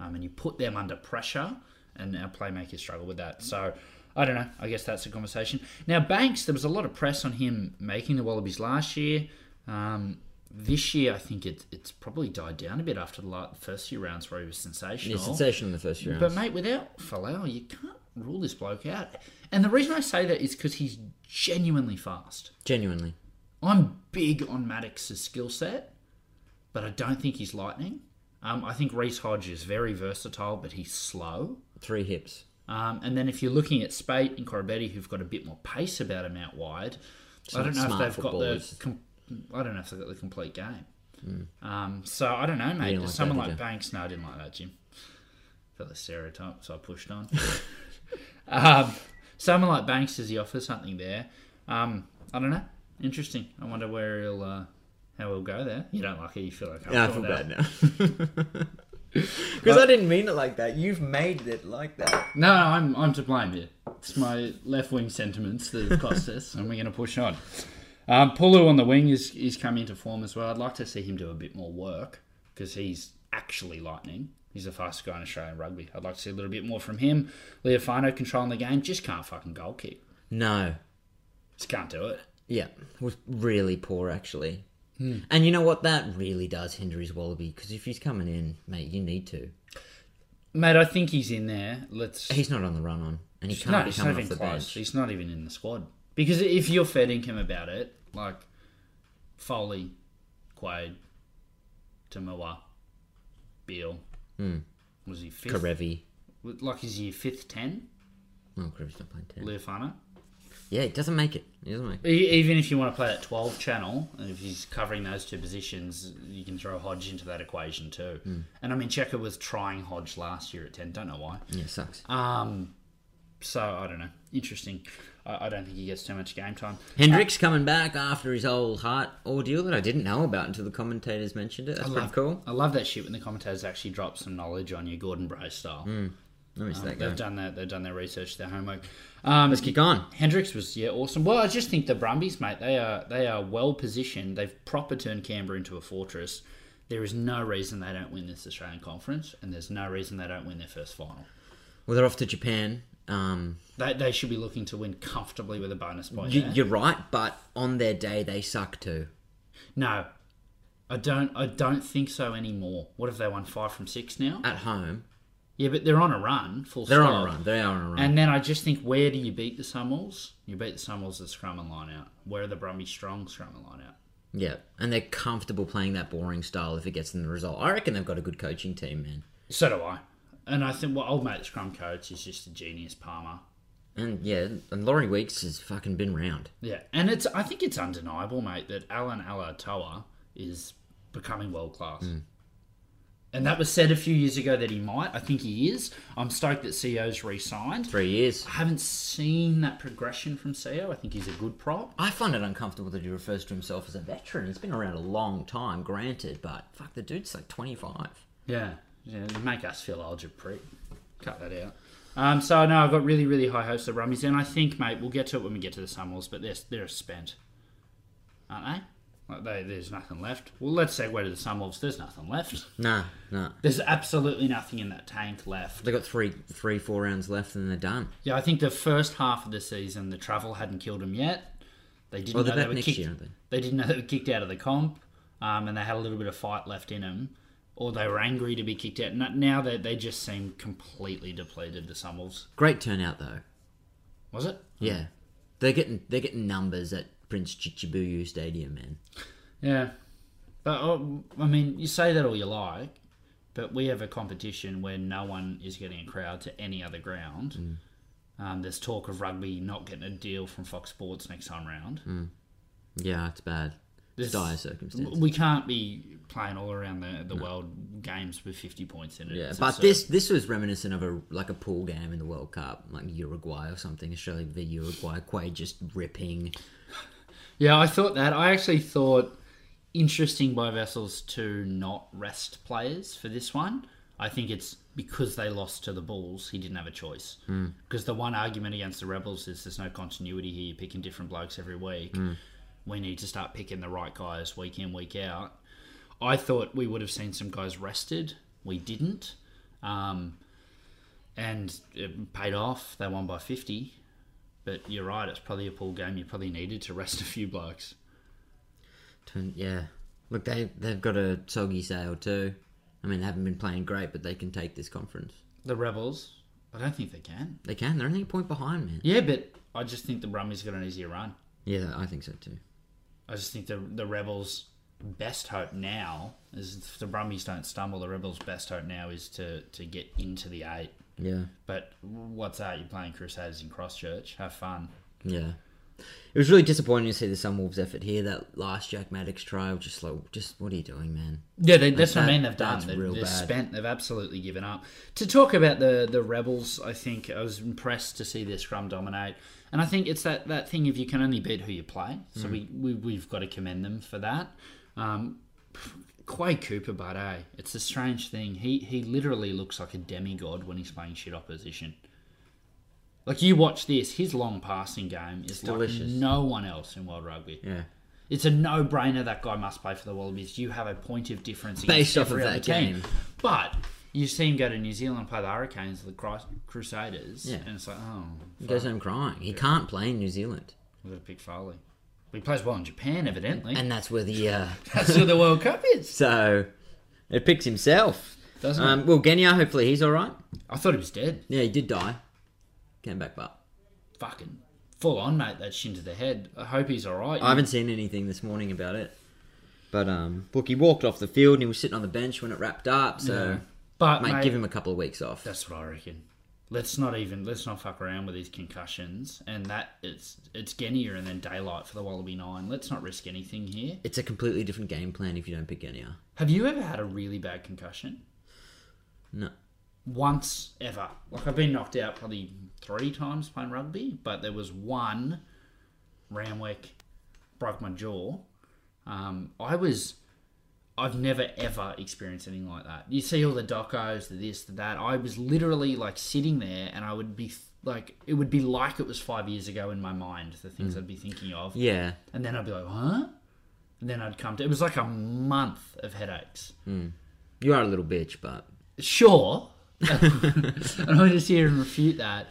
S2: um, and you put them under pressure, and our playmakers struggle with that. So. I don't know. I guess that's a conversation. Now, Banks, there was a lot of press on him making the Wallabies last year. Um, this year, I think it, it's probably died down a bit after the la- first few rounds where he was sensational.
S1: It's sensational in the first round.
S2: But mate, without Falau, you can't rule this bloke out. And the reason I say that is because he's genuinely fast.
S1: Genuinely.
S2: I'm big on Maddox's skill set, but I don't think he's lightning. Um, I think Reese Hodge is very versatile, but he's slow.
S1: Three hips.
S2: Um, and then if you're looking at Spate and Corabetti, who've got a bit more pace about them out wide, I don't know if
S1: smart
S2: they've got the.
S1: footballers. Hmm.
S2: Com- I don't know if they've got the complete game. Um, so I don't know, mate.
S1: didn't
S2: Does
S1: like
S2: someone
S1: that,
S2: like
S1: did
S2: Banks, no, I didn't like that, Jim. Felt the stereotype, so I pushed on. um, someone like Banks, does he offer something there? Um, I don't know. Interesting. I wonder where he'll, uh, how he'll go there. You don't like it. You feel like "Oh,
S1: Yeah, I feel bad now. Because I didn't mean it like that. You've made it like that.
S2: No, no, I'm I'm to blame here. It's my left wing sentiments that have cost us, and we're going to push on. Um, Pulu on the wing is is coming into form as well. I'd like to see him do a bit more work because he's actually lightning. He's the fastest guy in Australian rugby. I'd like to see a little bit more from him. Leofano controlling the game just can't fucking goal kick.
S1: No.
S2: Just can't do it.
S1: Yeah. It was really poor, actually. And you know what? That really does hinder his wallaby. Because if he's coming in, mate, you need to.
S2: Mate, I think he's in there. Let's.
S1: He's not on the run on. And he can't
S2: no,
S1: be
S2: he's
S1: coming
S2: not
S1: off
S2: even
S1: the
S2: close.
S1: bench.
S2: He's not even in the squad because if you're feeding him about it, like Foley, Quade, Tamua, Beal,
S1: Hmm.
S2: was he fifth?
S1: Karevi.
S2: Like is he fifth ten?
S1: Oh, Karevi's not playing 10.
S2: Leofana,
S1: Yeah, it doesn't make it. It doesn't make it.
S2: E- Even if you want to play that 12 channel, and if he's covering those two positions, you can throw Hodge into that equation too.
S1: Hmm.
S2: And I mean, Checker was trying Hodge last year at 10. Don't know why.
S1: Yeah, it sucks.
S2: Um, so I don't know. Interesting. I, I don't think he gets too much game time.
S1: Hendricks coming back after his old heart ordeal that I didn't know about until the commentators mentioned it. That's pretty
S2: love,
S1: cool.
S2: I love that shit when the commentators actually drop some knowledge on you, Gordon Bray style.
S1: Let me see that
S2: They've
S1: Mm, go.
S2: done that. They've done their research, their homework. Um,
S1: Let's kick on.
S2: Hendricks was yeah awesome. Well, I just think the Brumbies, mate, they are they are well positioned. They've proper turned Canberra into a fortress. There is no reason they don't win this Australian Conference, and there's no reason they don't win their first final.
S1: Well, they're off to Japan. Um,
S2: They, they should be looking to win comfortably with a bonus point.
S1: you,
S2: there.
S1: You're right, but on their day, they suck too.
S2: No, I don't. I don't think so anymore. What have they won five from six now?
S1: At home,
S2: Yeah, but they're on a run. Full.
S1: they're
S2: stop.
S1: on a run. They are on a run.
S2: And then I just think, where do you beat the Summers? You beat the Summers at scrum and line out. Where are the Brumbies strong scrum and line out?
S1: yeah, and they're comfortable playing that boring style if it gets them the result. I reckon they've got a good coaching team, man.
S2: So do I. And I think, well, old mate, the scrum coach is just a genius, Palmer.
S1: And yeah, and Laurie Weeks has fucking been round.
S2: Yeah, and it's I think it's undeniable, mate, that Alan Alatoa is becoming world class. And that was said a few years ago that he might. I think he is. I'm stoked that CEO's re-signed.
S1: Three years.
S2: I haven't seen that progression from CEO. I think he's a good prop.
S1: I find it uncomfortable that he refers to himself as a veteran. He's been around a long time, granted, but fuck, the dude's like 25.
S2: Yeah, yeah, they make us feel old, you prick. Cut that out. Um, so no, I've got really, really high hopes of Rummies, and I think, mate, we'll get to it when we get to the Summers, but they're they're spent, aren't they? Like they there's nothing left. Well, let's segue to the Sunwolves. There's nothing left.
S1: Nah, nah.
S2: There's absolutely nothing in that tank left.
S1: They got three, three, four rounds left, and they're done.
S2: Yeah, I think the first half of the season, the travel hadn't killed them yet. They didn't
S1: Well,
S2: know
S1: they're
S2: they
S1: back
S2: were
S1: next
S2: kicked.
S1: year, aren't they?
S2: they didn't know they were kicked out of the comp, um, and they had a little bit of fight left in them, or they were angry to be kicked out. N- Now they they just seem completely depleted. The Summers
S1: Great turnout though.
S2: was it?
S1: Yeah, they're getting they're getting numbers at Prince Chichibuyu Stadium, man.
S2: Yeah, but oh, I mean, you say that all you like, but we have a competition where no one is getting a crowd to any other ground.
S1: Mm.
S2: Um, there's talk of rugby not getting a deal from Fox Sports next time round.
S1: Mm. Yeah, it's bad.
S2: This-
S1: Dire circumstances.
S2: We can't be playing all around the, the world games with 50 points in it.
S1: Yeah,
S2: It's
S1: but
S2: absurd.
S1: this this was reminiscent of a like a pool game in the World Cup, like Uruguay or something. Australia v Uruguay, Quay just ripping.
S2: Yeah, I thought that. I actually thought interesting by Vessels to not rest players for this one. I think it's because they lost to the Bulls, he didn't have a choice. Because the one argument against the Rebels is there's no continuity here. You're picking different blokes every week. We need to start picking the right guys week in, week out. I thought we would have seen some guys rested. We didn't. Um, and it paid off. They won by 50. But you're right, it's probably a pool game. You probably needed to rest a few blokes.
S1: Turn, yeah, look they they've got a soggy sale too. I mean, they haven't been playing great, but they can take this conference.
S2: The Rebels, I don't think they can.
S1: They can. They're only a point behind, man.
S2: Yeah, but I just think the Brummies got an easier run.
S1: Yeah, I think so too.
S2: I just think the the Rebels' best hope now is if the Brummies don't stumble. The Rebels' best hope now is to to get into the eight.
S1: Yeah.
S2: But what's that? You're playing Crusaders in Crosschurch. Have fun.
S1: Yeah. It was really disappointing to see the Sunwolves effort here. That last Jack Maddox try, was just like, just what are you doing, man?
S2: Yeah, they, that's
S1: Like
S2: what I
S1: that-
S2: mean. They've done.
S1: that's
S2: They're,
S1: real
S2: they're
S1: bad.
S2: spent. They've absolutely given up. To talk about the the rebels, I think I was impressed to see their scrum dominate, and I think it's that that thing if you can only beat who you play. So
S1: Mm.
S2: we, we we've got to commend them for that. Um, Quay Cooper, but eh, it's a strange thing. He he literally looks like a demigod when he's playing shit opposition. Like you watch this, his long passing game is like
S1: delicious.
S2: no one else in world rugby.
S1: Yeah.
S2: It's a no-brainer that guy must play for the Wallabies. You have a point of difference against
S1: Based off
S2: every
S1: of
S2: other
S1: that
S2: team.
S1: game.
S2: But you see him go to New Zealand play the Hurricanes, the Crus- Crusaders,
S1: Yeah.
S2: and it's like, oh,
S1: He goes home crying. He can't play in New Zealand.
S2: we've got to pick Foley. But he plays well in Japan, evidently.
S1: And that's where the. Uh,
S2: That's where the World Cup is,
S1: so it picks himself.
S2: doesn't
S1: Um, well, Genya, hopefully he's all right.
S2: it? I thought he was dead.
S1: Yeah, he did die. Came back, but
S2: Fucking full on, mate. That shin to the head. I hope he's all right.
S1: I haven't seen anything this morning about it. But um, look, he walked off the field and he was sitting on the bench when it wrapped up. So,
S2: but
S1: mate,
S2: mate,
S1: give him a couple of weeks off.
S2: That's what I reckon. let's not even let's not fuck around with these concussions and that it's it's Genia and then daylight for the Wallaby nine. Let's not risk anything here.
S1: It's a completely different game plan if you don't pick Genia.
S2: Have you ever had a really bad concussion?
S1: No.
S2: Once ever. Like I've been knocked out probably three times playing rugby, but there was one Ramwick broke my jaw. Um, I was I've never ever experienced anything like that. You see all the docos, the this, the that. I was literally like sitting there, and I would be th- like, it would be like it was five years ago in my mind. The things I'd be thinking of,
S1: Yeah.
S2: and then I'd be like, huh? And then I'd come to. It was like a month of headaches.
S1: You are a little bitch, but
S2: Sure, and I'm just here and refute that.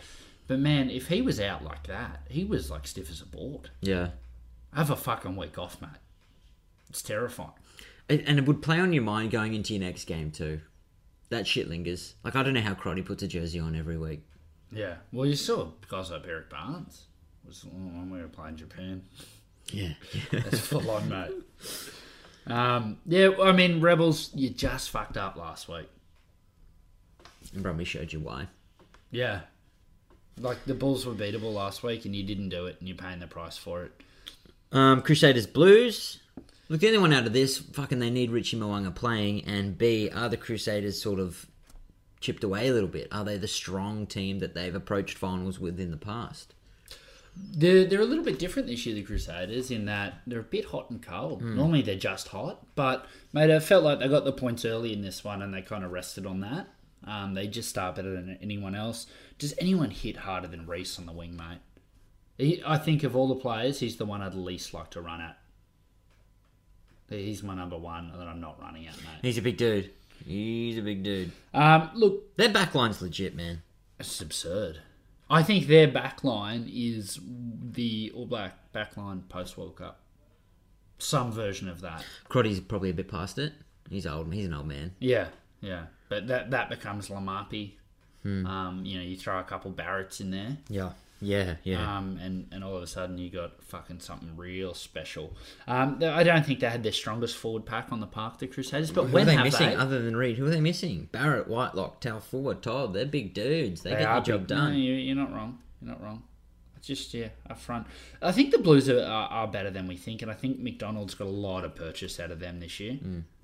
S2: But man, if he was out like that, he was like stiff as a board.
S1: yeah.
S2: Have a fucking week off, mate. It's terrifying.
S1: And, and it would play on your mind going into your next game too. That shit lingers. Like I don't know how Crotty puts a jersey on every week.
S2: Yeah. Well, you saw guys like Eric Barnes was the only one we were playing Japan.
S1: Yeah.
S2: That's full on, mate. Um, yeah, I mean, Rebels, you just fucked up last week.
S1: and probably showed you why.
S2: Yeah. Like, the Bulls were beatable last week, and you didn't do it, and you're paying the price for it.
S1: Um, Crusaders Blues. Look, the only one out of this, fucking they need Richie Mwanga playing, and B, are the Crusaders sort of chipped away a little bit? Are they the strong team that they've approached finals with in the past?
S2: They're, they're a little bit different this year, the Crusaders, in that they're a bit hot and cold. Normally they're just hot, but mate, I felt like they got the points early in this one and they kind of rested on that. Um, they just start better than anyone else. Does anyone hit harder than Reese on the wing, mate? He, I think of all the players, he's the one I'd least like to run at. He's my number one that I'm not running at, mate.
S1: He's a big dude. He's a big dude.
S2: Um, look,
S1: Their backline's legit, man.
S2: It's absurd. I think their back line is the All Black back line post World Cup. Some version of that.
S1: Crotty's probably a bit past it. He's old. He's an old man.
S2: Yeah, yeah. But that that becomes Lamapi.
S1: Hmm.
S2: Um, you know, you throw a couple Barretts in there,
S1: Yeah. Yeah. Yeah.
S2: um, and and all of a sudden you got fucking something real special. Um, th- I don't think they had their strongest forward pack on the park, the Crusaders. But
S1: who
S2: when
S1: are they
S2: have
S1: missing
S2: they?
S1: other than Reed? Who are they missing? Barrett, Whitelock, Talfua, Todd. They're big dudes. They, get the job
S2: big-
S1: done.
S2: No, you- you're not wrong. You're not wrong. It's just yeah, up front. I think the Blues are, are, are better than we think, and I think McDonald's got a lot of purchase out of them this year.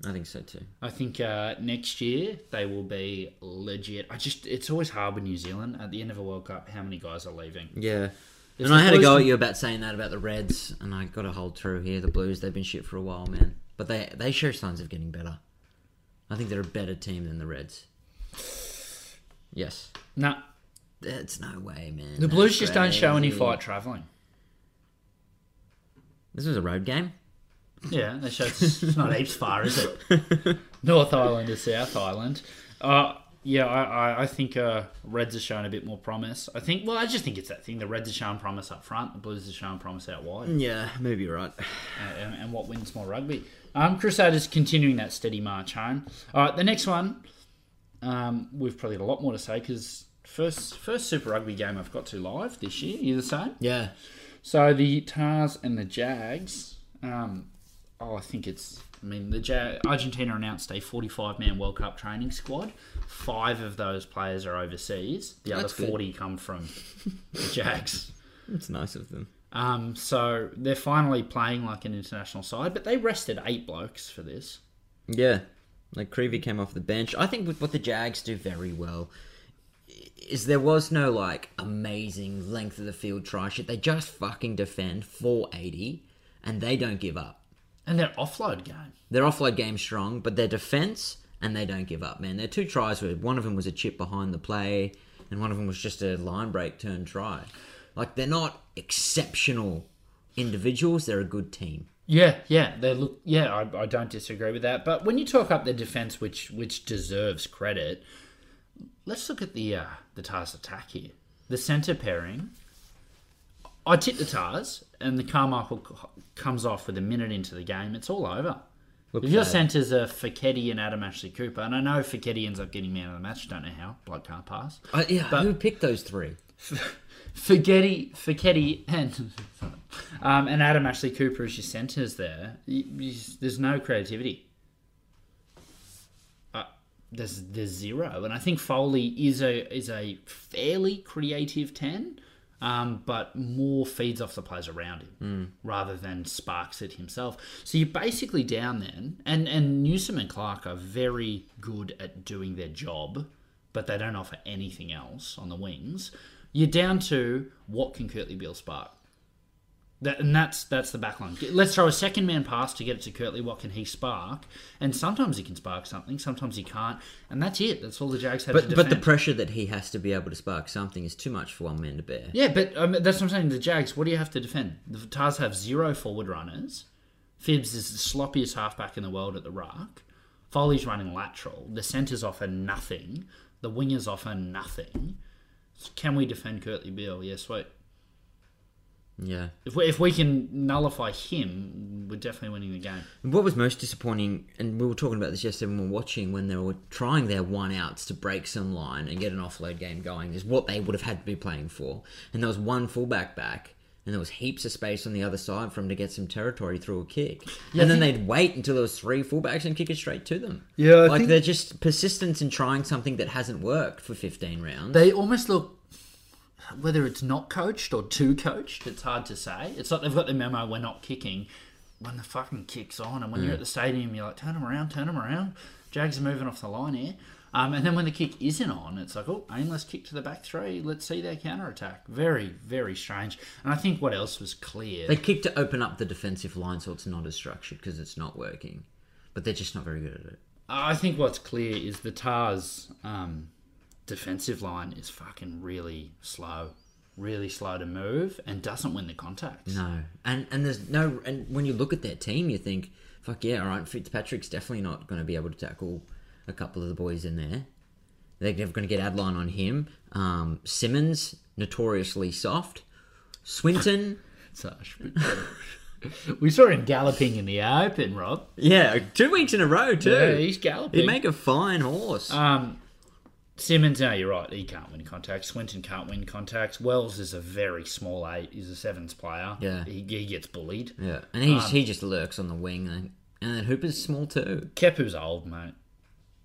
S1: I think so too.
S2: I think uh, next year they will be legit. I just it's always hard with New Zealand at the end of a World Cup. How many guys are leaving?
S1: Yeah.
S2: It's
S1: and I
S2: the
S1: had a go
S2: first-
S1: at you about saying that about the Reds, and I got to hold true here. The Blues, they've been shit for a while, man. But they they show signs of getting better. I think they're a better team than the Reds. Yes.
S2: Nah,
S1: That's no way, man.
S2: the
S1: That's
S2: Blues just don't show any
S1: crazy.
S2: fight traveling.
S1: This was a road game.
S2: Yeah, they show it's it's not heaps far, is it? North Island to South Island. Uh, yeah, I, I, I think uh, Reds are showing a bit more promise. I think, well, I just think it's that thing. The Reds are showing promise up front, the Blues are showing promise out wide.
S1: Yeah, maybe you're right.
S2: And- And, and what wins more rugby? Um, Crusaders continuing that steady march home. All right, the next one, um, we've probably got a lot more to say because first, first Super Rugby game I've got to live this year. You the same?
S1: Yeah.
S2: So the Tars and the Jags. Um, oh, I think it's. I mean, the ja- Argentina announced a 45-man World Cup training squad. Five of those players are overseas. The
S1: That's
S2: other
S1: good.
S2: 40 come from the Jags.
S1: It's nice of them.
S2: Um, so they're finally playing like an international side, but they rested eight blokes for this.
S1: Yeah. Like Creevy came off the bench. I think with what the Jags do very well is there was no like amazing length of the field try shit. They just fucking defend 480 and they don't give up.
S2: And their offload game.
S1: Their offload game's strong, but their defense and they don't give up, man. Their two tries were one of them was a chip behind the play and one of them was just a line break turn try. Like they're not exceptional individuals, they're a good team.
S2: Yeah, yeah, they look. Yeah, I, I don't disagree with that. But when you talk up the defense, which which deserves credit, let's look at the uh, the Tars attack here. The center pairing. I tip the Tars, and the Carmichael c- comes off with a minute into the game. It's all over.
S1: Look
S2: if your
S1: bad.
S2: centers are Fiketti and Adam Ashley Cooper, and I know Fiketti ends up getting man of the match. Don't know how. Blood can't pass.
S1: I, yeah, who picked those three?
S2: Forgetti, Forgetti, and um, and Adam Ashley Cooper as your centres there. You- you- there's no creativity. Uh, there's there's zero, and I think Foley is a is a fairly creative ten, um, but more feeds off the players around him rather than sparks it himself. So you're basically down then, and and Newsom and Clark are very good at doing their job, but they don't offer anything else on the wings. You're down to what can Curtly Beale spark. That, and that's that's the back line. Let's throw a second man pass to get it to Curtly. What can he spark? And sometimes he can spark something, sometimes he can't, and that's it. That's all the Jags have to
S1: But, but
S2: defend.
S1: the pressure that he has to be able to spark something is too much for one man to bear.
S2: yeah, but um, that's what I'm saying. The Jags, what do you have to defend? The Tars have zero forward runners. Phibbs is the sloppiest halfback in the world at the ruck. Foley's running lateral. The centres offer nothing. The wingers offer nothing. Can we defend Curtly Beale? Yes, wait.
S1: Yeah.
S2: If we, if we can nullify him, we're definitely winning the game.
S1: What was most disappointing, and we were talking about this yesterday when we were watching, when they were trying their one outs to break some line and get an offload game going, is what they would have had to be playing for. And there was one fullback back, and there was heaps of space on the other side for him to get some territory through a kick. and then they'd wait until there was three fullbacks and kick it straight to them.
S2: Yeah, I
S1: like
S2: think-
S1: they're just persistence in trying something that hasn't worked for 15 rounds.
S2: They almost look whether it's not coached or too coached, it's hard to say. It's like they've got the memo we're not kicking when the fucking kick's on and when you're at the stadium you're like, turn them around, turn them around. Jags are moving off the line here. Um, and then when the kick isn't on, it's like, oh, aimless kick to the back three. Let's see their counter attack. Very, very strange. And I think what else was clear.
S1: They kick to open up the defensive line so it's not as structured because it's not working. But they're just not very good at it.
S2: I think what's clear is the Tars' um, defensive line is fucking really slow, really slow to move, and doesn't win the contacts.
S1: No, and and there's no, and when you look at their team, you think, fuck yeah, all right, Fitzpatrick's definitely not going to be able to tackle a couple of the boys in there. They're going to get Adline on him. Um, Simmons notoriously soft. Swinton,
S2: Such. we saw him galloping in the open, Rob.
S1: yeah, two weeks in a row too.
S2: Yeah, he's galloping.
S1: He'd make a fine horse.
S2: Um, Simmons, no, you're right. He can't win contacts. Swinton can't win contacts. Wells is a very small eight. He's a sevens player.
S1: Yeah.
S2: he, he gets bullied.
S1: yeah, Uh, and he's, he just lurks on the wing, and, and then Hooper's small too.
S2: Kepu's old, mate.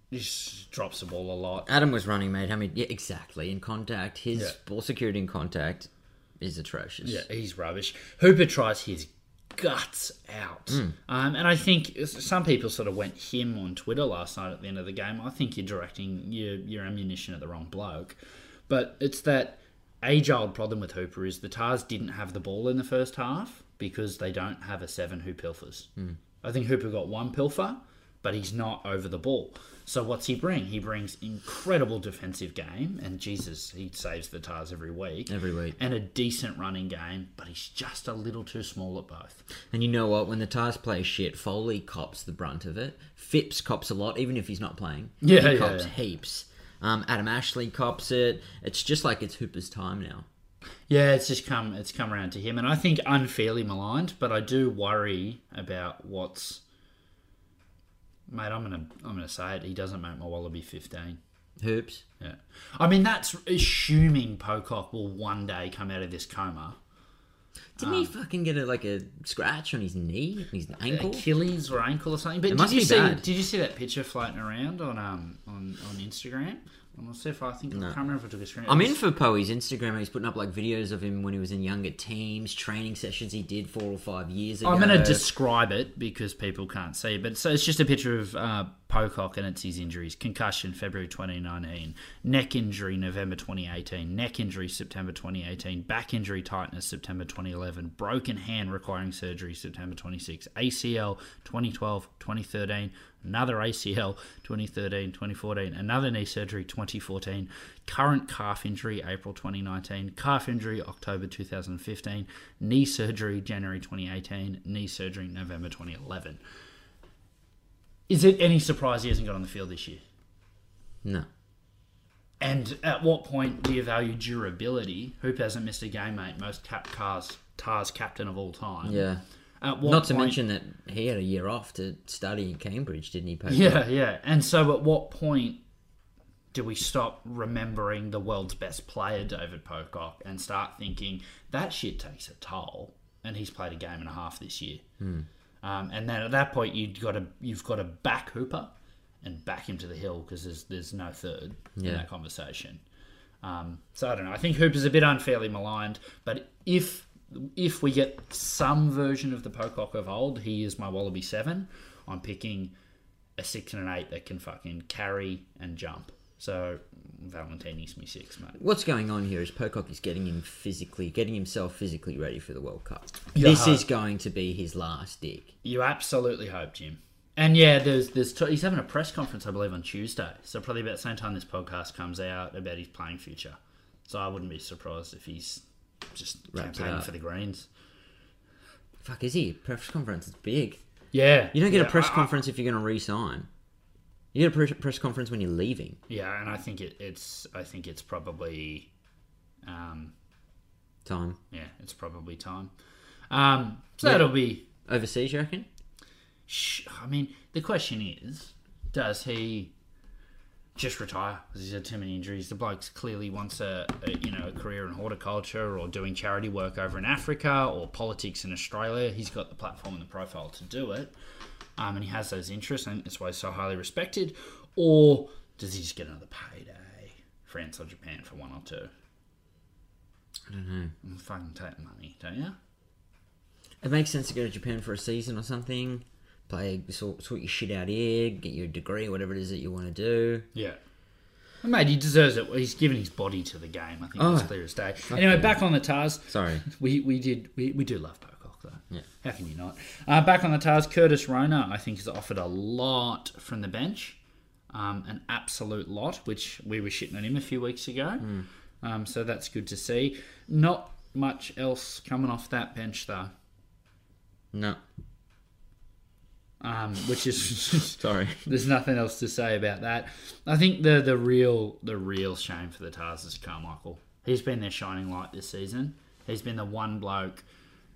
S2: He just drops the ball a lot.
S1: Adam was running mate. How many? Yeah, exactly. In contact, his
S2: Yeah.
S1: ball security in contact is atrocious.
S2: Yeah, he's rubbish. Hooper tries his guts out. Um, and I think s- some people sort of went him on Twitter last night at the end of the game. I think you're directing your, your ammunition at the wrong bloke. But it's that age old problem with Hooper is the Tars didn't have the ball in the first half because they don't have a seven who pilfers. I think Hooper got one pilfer, but he's not over the ball. So what's he bring? He brings incredible defensive game, and Jesus, he saves the Tars every week
S1: Every week.
S2: and a decent running game, but he's just a little too small at both.
S1: And you know what? When the Tars play shit, Foley cops the brunt of it. Phipps cops a lot, even if he's not playing.
S2: Yeah,
S1: he
S2: yeah,
S1: cops
S2: yeah.
S1: heaps. Um, Adam Ashley cops it. It's just like it's Hooper's time now.
S2: Yeah, it's just come it's come around to him, and I think unfairly maligned, but I do worry about what's. Mate, I'm gonna I'm gonna say it. He doesn't make my wallaby fifteen.
S1: Hoops.
S2: Yeah, I mean that's assuming Pocock will one day come out of this coma.
S1: Didn't
S2: Um,
S1: he fucking get a, like a scratch on his knee, his ankle?
S2: Achilles or ankle or something. But did
S1: must
S2: you
S1: be
S2: see?
S1: bad.
S2: Did you see that picture floating around on um on, on Instagram? And I'll see if I think I can't remember if I took a screen.
S1: I'm in for Poey's Instagram. He's putting up like videos of him when he was in younger teams, training sessions he did four or five years ago.
S2: I'm going to describe it because people can't see. But so it's just a picture of uh, Pocock and it's his injuries: concussion February 2019, neck injury November 2018, neck injury September 2018, back injury tightness September 2011, broken hand requiring surgery September 26, ACL 2012, 2013, another ACL 2013, 2014, another knee surgery 2014, current calf injury April 2019, calf injury October 2015, knee surgery January 2018, knee surgery November 2011. Is it any surprise he hasn't got on the field this year?
S1: No.
S2: And at what point do you value durability? Hoop hasn't missed a game, mate. Most cap cars, TARS captain of all time.
S1: Yeah.
S2: At what
S1: Not to
S2: point-
S1: mention that he had a year off to study in Cambridge, didn't he, Poey?
S2: Yeah, yeah. And so at what point do we stop remembering the world's best player, David Pocock, and start thinking that shit takes a toll? And he's played a game and a half this year. Um, and then at that point, you've got to you've got to back Hooper and back him to the hill because there's there's no third
S1: Yeah.
S2: in that conversation. Um, so I don't know. I think Hooper's a bit unfairly maligned, but if if we get some version of the Pocock of old, he is my Wallaby seven. I'm picking a six and an eight that can fucking carry and jump. So Valentini's me six, mate.
S1: What's going on here is Pocock is getting him physically, getting himself physically ready for the World Cup.
S2: Yeah.
S1: This is going to be his last dig.
S2: You absolutely hope, Jim. And yeah, there's there's t- he's having a press conference, I believe, on Tuesday. So probably about the same time this podcast comes out about his playing future. So I wouldn't be surprised if he's just
S1: Wraps it
S2: campaigning
S1: up.
S2: for the Greens.
S1: Fuck, is he? Press conference is big.
S2: Yeah,
S1: You don't get
S2: Yeah,
S1: a press
S2: I- I-
S1: conference if you're going to resign. You get a press, press conference when you're leaving.
S2: yeah, and I think it, it's I think it's probably, um,
S1: Time
S2: yeah, it's probably time. Um, so that'll be
S1: overseas, you reckon?
S2: Sh- I mean, the question is, does he just retire because he's had too many injuries? The bloke's clearly wants a, a you know a career in horticulture or doing charity work over in Africa or politics in Australia. He's got the platform and the profile to do it, um, and he has those interests, and that's why he's so highly respected. Or does he just get another payday, France or Japan for one or two?
S1: I
S2: Mm,
S1: don't know.
S2: Fucking take the money, don't you?
S1: It makes sense to go to Japan for a season or something. Play sort, sort your shit out here, get your degree, whatever it is that you want to do.
S2: Yeah. And mate, he deserves it. He's given his body to the game. I think
S1: Oh.
S2: it's clear as day. Anyway, back on the Tars.
S1: Sorry.
S2: We we did we, we do love Pocock though.
S1: Yeah.
S2: How can you not? Uh, back on the Tars, Curtis Rona I think has offered a lot from the bench, um, an absolute lot, which we were shitting on him a few weeks ago.
S1: Hmm.
S2: Um, so that's good to see. Not much else coming off that bench though,
S1: No.
S2: um, which is
S1: Sorry.
S2: There's nothing else to say about that. I think the the real the real shame for the Tars is Carmichael. He's been their shining light this season. He's been the one bloke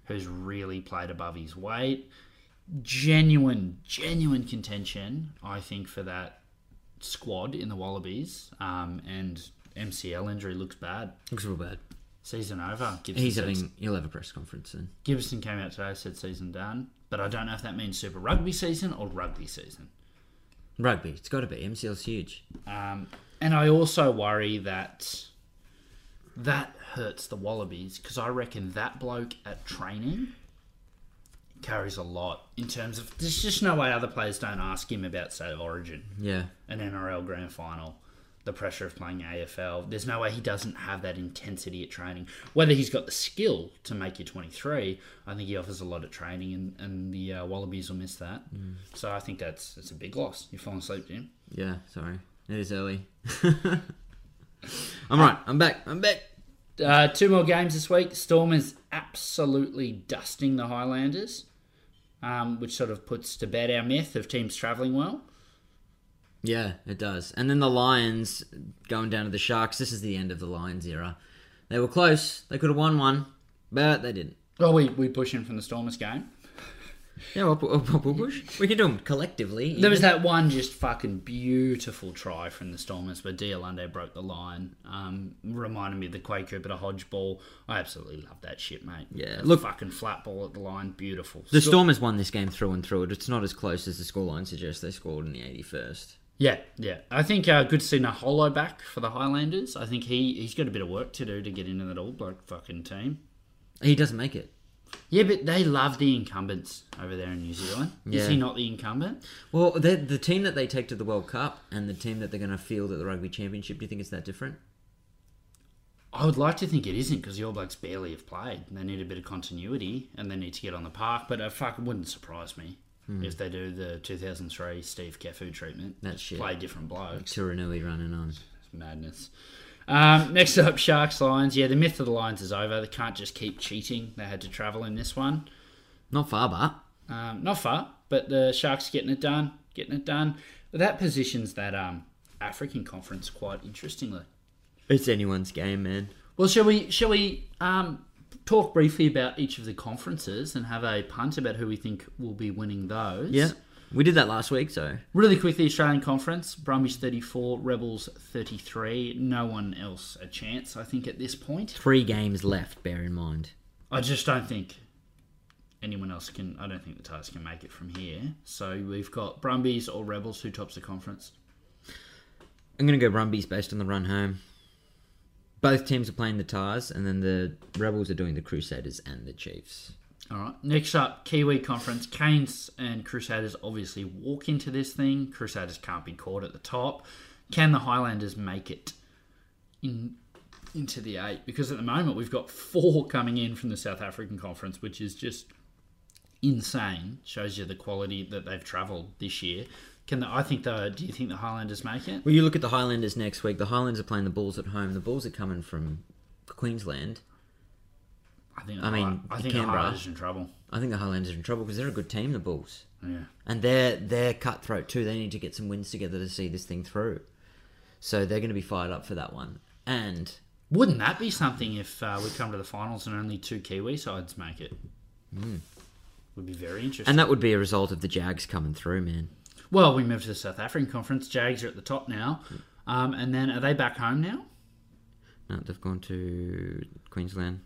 S2: who's really played above his weight. Genuine, genuine contention, I think, for that squad in the Wallabies. Um, and MCL injury looks bad.
S1: Looks real bad.
S2: Season over. Gibson
S1: He's
S2: said
S1: having. He'll have a press conference soon.
S2: Gibson came out today, said season done. But I don't know if that means Super Rugby season or rugby season.
S1: Rugby. It's got to be. MCL's huge.
S2: Um, and I also worry that that hurts the Wallabies because I reckon that bloke at training carries a lot in terms of there's just no way other players don't ask him about State of Origin,
S1: Yeah.
S2: an NRL grand final, the pressure of playing AFL. There's no way he doesn't have that intensity at training. Whether he's got the skill to make you 23, I think he offers a lot of training, and, and the uh, Wallabies will miss that. So I think that's it's a big loss. You've fallen asleep, Jim.
S1: Yeah. Sorry. It is early. I'm right. I'm back. I'm back.
S2: Uh, two more games this week. Storm is absolutely dusting the Highlanders, um, which sort of puts to bed our myth of teams travelling well.
S1: Yeah, it does. And then the Lions going down to the Sharks. This is the end of the Lions era. They were close. They could have won one, but they didn't.
S2: Oh, we, we push in from the Stormers game.
S1: Yeah, we'll, we'll, we'll push. We can do them collectively.
S2: There was that one just fucking beautiful try from the Stormers where Diolande broke the line. Um, reminded me of the Quake Cooper Hodge ball. I absolutely love that shit, mate.
S1: Yeah,
S2: The
S1: look-
S2: fucking flat ball at the line, beautiful.
S1: The Stormers won this game through and through. It's not as close as the scoreline suggests. They scored in the 81st.
S2: Yeah, yeah. I think uh, good to see Naholo back for the Highlanders. I think he he's got a bit of work to do to get into that all black fucking team.
S1: He doesn't make it.
S2: Yeah, but they love the incumbents over there in New Zealand. Is
S1: Yeah.
S2: he not the incumbent?
S1: Well, the the team that they take to the World Cup and the team that they're going to field at the Rugby Championship, do you think it's that different?
S2: I would like to think it isn't because the All Blacks barely have played. They need a bit of continuity and they need to get on the park. But uh, fuck, it wouldn't surprise me
S1: Hmm.
S2: if they do the 2003 Steve Cafu treatment.
S1: That
S2: Just
S1: shit.
S2: Play different blokes.
S1: Turinui running on.
S2: It's madness. Um, next up, Sharks Lions. Yeah, the myth of the Lions is over. They can't just keep cheating. They had to travel in this one.
S1: Not far, but.
S2: Um, not far, but the Sharks getting it done, getting it done. But that positions that um, African conference quite interestingly.
S1: It's anyone's game, man.
S2: Well, shall we? Shall we um, talk briefly about each of the conferences and have a punt about who we think will be winning those?
S1: Yeah. We did that last week, so.
S2: Really quickly, Australian Conference, Brumbies 34, Rebels 33. No one else a chance, I think, at this point.
S1: Three games left, bear in mind.
S2: I just don't think anyone else can. I don't think the Tigers can make it from here. So we've got Brumbies or Rebels who tops the conference.
S1: I'm going to go Brumbies based on the run home. Both teams are playing the Tars, and then the Rebels are doing the Crusaders and the Chiefs.
S2: All right. Next up, Kiwi Conference. Canes and Crusaders obviously walk into this thing. Crusaders can't be caught at the top. Can the Highlanders make it in into the eight? Because at the moment we've got four coming in from the South African Conference, which is just insane. Shows you the quality that they've travelled this year. Can the, I think the Do you think the Highlanders make it?
S1: Well, you look at the Highlanders next week. The Highlanders are playing the Bulls at home. The Bulls are coming from Queensland.
S2: I think.
S1: I mean,
S2: I think the
S1: Canberra.
S2: Highlanders are in trouble.
S1: I think the Highlanders are in trouble because they're a good team, the Bulls.
S2: Yeah.
S1: And they're they're cutthroat too. They need to get some wins together to see this thing through. So they're going to be fired up for that one. And
S2: Wouldn't that be something if uh, we come to the finals and only two Kiwi sides make it?
S1: Hmm.
S2: Would be very interesting.
S1: and that would be a result of the Jags coming through, man.
S2: well, we moved to the South African Conference. Jags are at the top now. Um, and then are they back home now?
S1: No, they've gone to Queensland.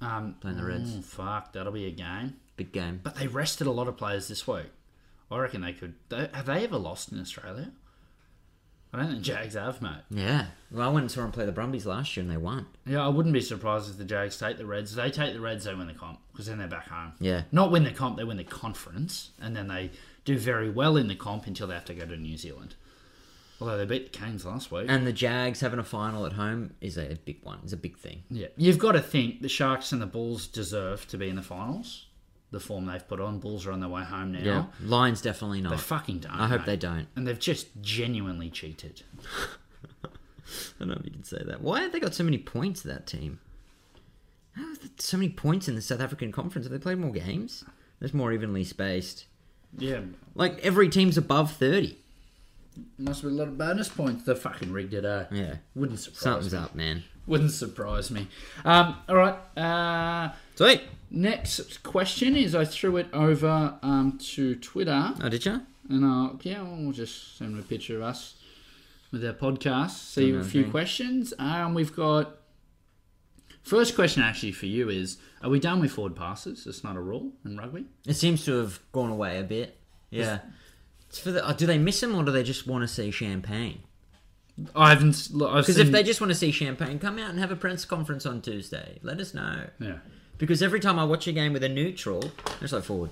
S2: Um,
S1: Playing the Reds.
S2: oh, fuck, that'll be a game.
S1: Big game.
S2: But they rested a lot of players this week. I reckon they could. They, have they ever lost in Australia? I don't think Jags have, mate.
S1: Yeah. Well, I went and saw them play the Brumbies last year and they won.
S2: Yeah, I wouldn't be surprised if the Jags take the Reds. If they take the Reds, they win the comp because then they're back home.
S1: Yeah.
S2: Not win the comp, they win the conference, and then they do very well in the comp until they have to go to New Zealand. Although they beat the Canes last week.
S1: And the Jags having a final at home is a big one. It's a big thing.
S2: yeah. You've got to think the Sharks and the Bulls deserve to be in the finals. The form they've put on, Bulls are on their way home now.
S1: Lions definitely
S2: They
S1: not.
S2: fucking don't.
S1: I hope
S2: mate.
S1: they don't.
S2: And they've just genuinely cheated.
S1: I don't know if you can say that. Why have they got so many points, that team? How have they so many points in the South African Conference? Have they played more games? There's more evenly spaced.
S2: Yeah,
S1: Like, every team's above 30.
S2: must be a lot of bonus points. They fucking rigged it, eh?
S1: Yeah.
S2: Wouldn't surprise
S1: Something's
S2: me.
S1: up, man.
S2: Wouldn't surprise me. Um, all right. Uh,
S1: Sweet.
S2: next question is I threw it over um, to Twitter,
S1: Oh, did you?
S2: and I'll, yeah, we'll just send them a picture of us with our podcast. See a few
S1: Okay.
S2: questions. Um, we've got first question actually for you is: Are we done with forward passes? It's not a rule in rugby.
S1: It seems to have gone away a bit. Yeah. It's for the, oh, do they miss him or do they just want to see champagne?
S2: I haven't. s- look, I've
S1: Because if
S2: seen-
S1: they just want to see champagne, come out and have a press conference on Tuesday. Let us know.
S2: yeah.
S1: Because every time I watch a game with a neutral, they're just like forward,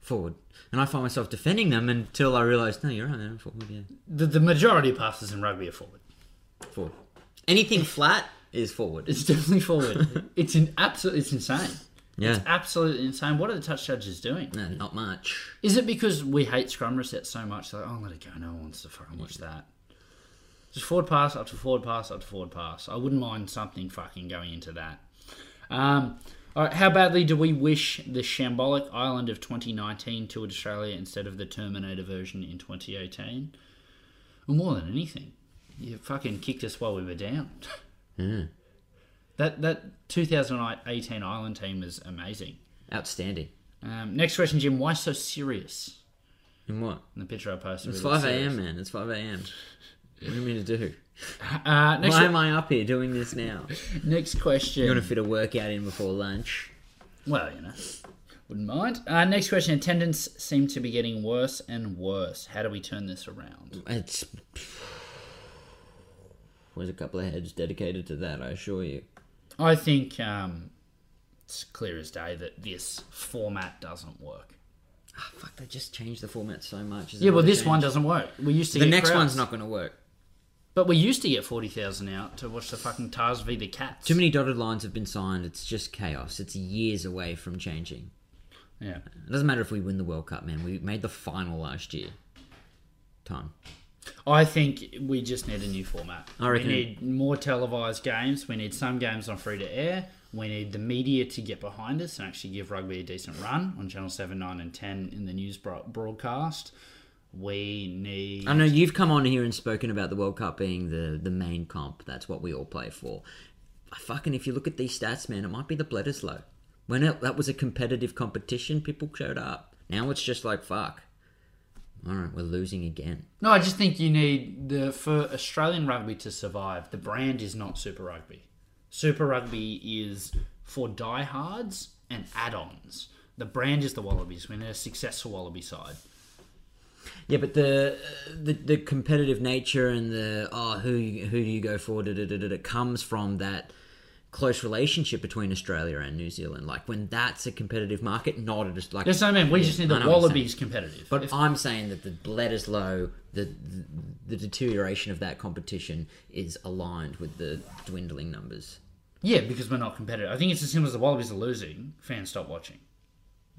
S1: forward, and I find myself defending them until I realise no, you're right, they're forward, yeah,
S2: The, the majority of passes in rugby are forward.
S1: forward. Anything flat is forward.
S2: It's definitely forward. it's an absolute. It's insane.
S1: Yeah,
S2: It's absolutely insane. What are the touch judges doing?
S1: no, not much.
S2: Is it because we hate scrum resets so much? Like, oh, let it go. No one wants to fucking watch that. Just forward pass, up to forward pass, up to forward pass. I wouldn't mind something fucking going into that. Um, all right, how badly do we wish the shambolic island of 2019 toured Australia instead of the Terminator version in 2018? Well, more than anything, you fucking kicked us while we were down. That that 2018 Ireland team was amazing.
S1: Outstanding.
S2: Um, next question, Jim. Why so serious?
S1: And what?
S2: In the picture I posted.
S1: It's
S2: we look
S1: five a.m.
S2: serious.
S1: man. It's five a.m. What do you mean to do?
S2: Uh, next,
S1: Why am I up here doing this now?
S2: next question.
S1: You want to fit a workout in before lunch?
S2: Well, you know, wouldn't mind. Uh, next question. Attendance seem to be getting worse and worse. How do we turn this around?
S1: It's there's a couple of heads dedicated to that. I assure you.
S2: I think um, it's clear as day that this format doesn't work.
S1: Ah, fuck! They just changed the format so much. It's
S2: Yeah, well,
S1: another
S2: this
S1: change.
S2: one doesn't work. We used to
S1: The
S2: get
S1: next
S2: crowds.
S1: one's not going to work.
S2: But we used to get forty thousand out to watch the fucking Tars v the Cats.
S1: Too many dotted lines have been signed. It's just chaos. It's years away from changing.
S2: Yeah.
S1: It doesn't matter if we win the World Cup, man. We made the final last year. Time.
S2: I think we just need a new format.
S1: I reckon-
S2: We need more televised games. We need some games on free to air. We need the media to get behind us and actually give rugby a decent run on Channel 7, 9, and 10 in the news bro- broadcast. We need.
S1: I know you've come on here and spoken about the World Cup being the, the main comp. That's what we all play for. Fucking, if you look at these stats, man, it might be the Bledisloe. When it, that was a competitive competition, people showed up. Now it's just like, fuck. All right, we're losing again.
S2: No, I just think you need the for Australian rugby to survive. The brand is not Super Rugby. Super Rugby is for diehards and add-ons. The brand is the Wallabies. We're a successful Wallaby side.
S1: Yeah, but the the, the competitive nature and the oh who who do you go for da, da, da, da, da, comes from that close relationship between Australia and New Zealand. Like when that's a competitive market, not just like.
S2: That's what I mean. We just need
S1: I
S2: the
S1: know what you're
S2: Wallabies competitive.
S1: But
S2: If-
S1: I'm saying that the Bledisloe, the, the the deterioration of that competition is aligned with the dwindling numbers.
S2: yeah, because we're not competitive. I think it's as simple as the Wallabies are losing, fans stop watching,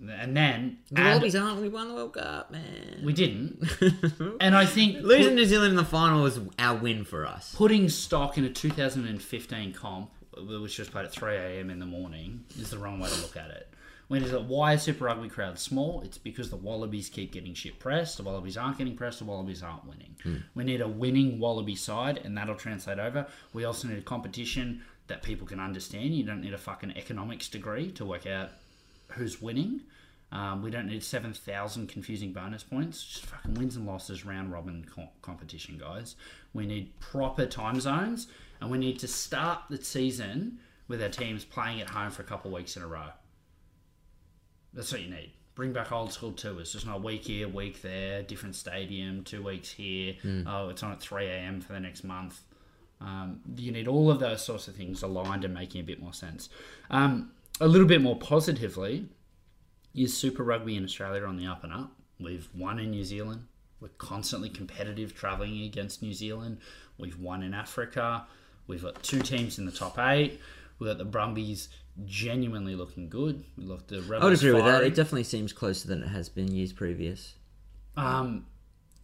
S2: and then
S1: The
S2: add-
S1: Wallabies aren't. We won the World Cup, man.
S2: we didn't. and I think
S1: Losing New Zealand in the final was our win for us.
S2: putting stock in a 2015 comp, which just played at 3 a.m. in the morning, is the wrong way to look at it. When is it? Why is Super Rugby crowd small? It's because the Wallabies keep getting shit pressed. The Wallabies aren't getting pressed. The Wallabies aren't winning.
S1: Hmm.
S2: We need a winning Wallaby side, and that'll translate over. We also need a competition that people can understand. You don't need a fucking economics degree to work out who's winning. Um, we don't need 7,000 confusing bonus points. Just fucking wins and losses, round robin co- competition, guys. We need proper time zones, and we need to start the season with our teams playing at home for a couple weeks in a row. That's what you need. Bring back old school tours. Just not a week here, week there, different stadium, two weeks here. Oh, it's on at 3 a.m. for the next month. Um, you need all of those sorts of things aligned and making a bit more sense. Um, a little bit more positively is Super Rugby in Australia on the up and up. We've won in New Zealand. We're constantly competitive travelling against New Zealand. We've won in Africa. We've got two teams in the top eight. We've got the Brumbies genuinely looking good. We look the Rebels
S1: I would agree with that.
S2: firing.
S1: It definitely seems closer than it has been years previous.
S2: Um,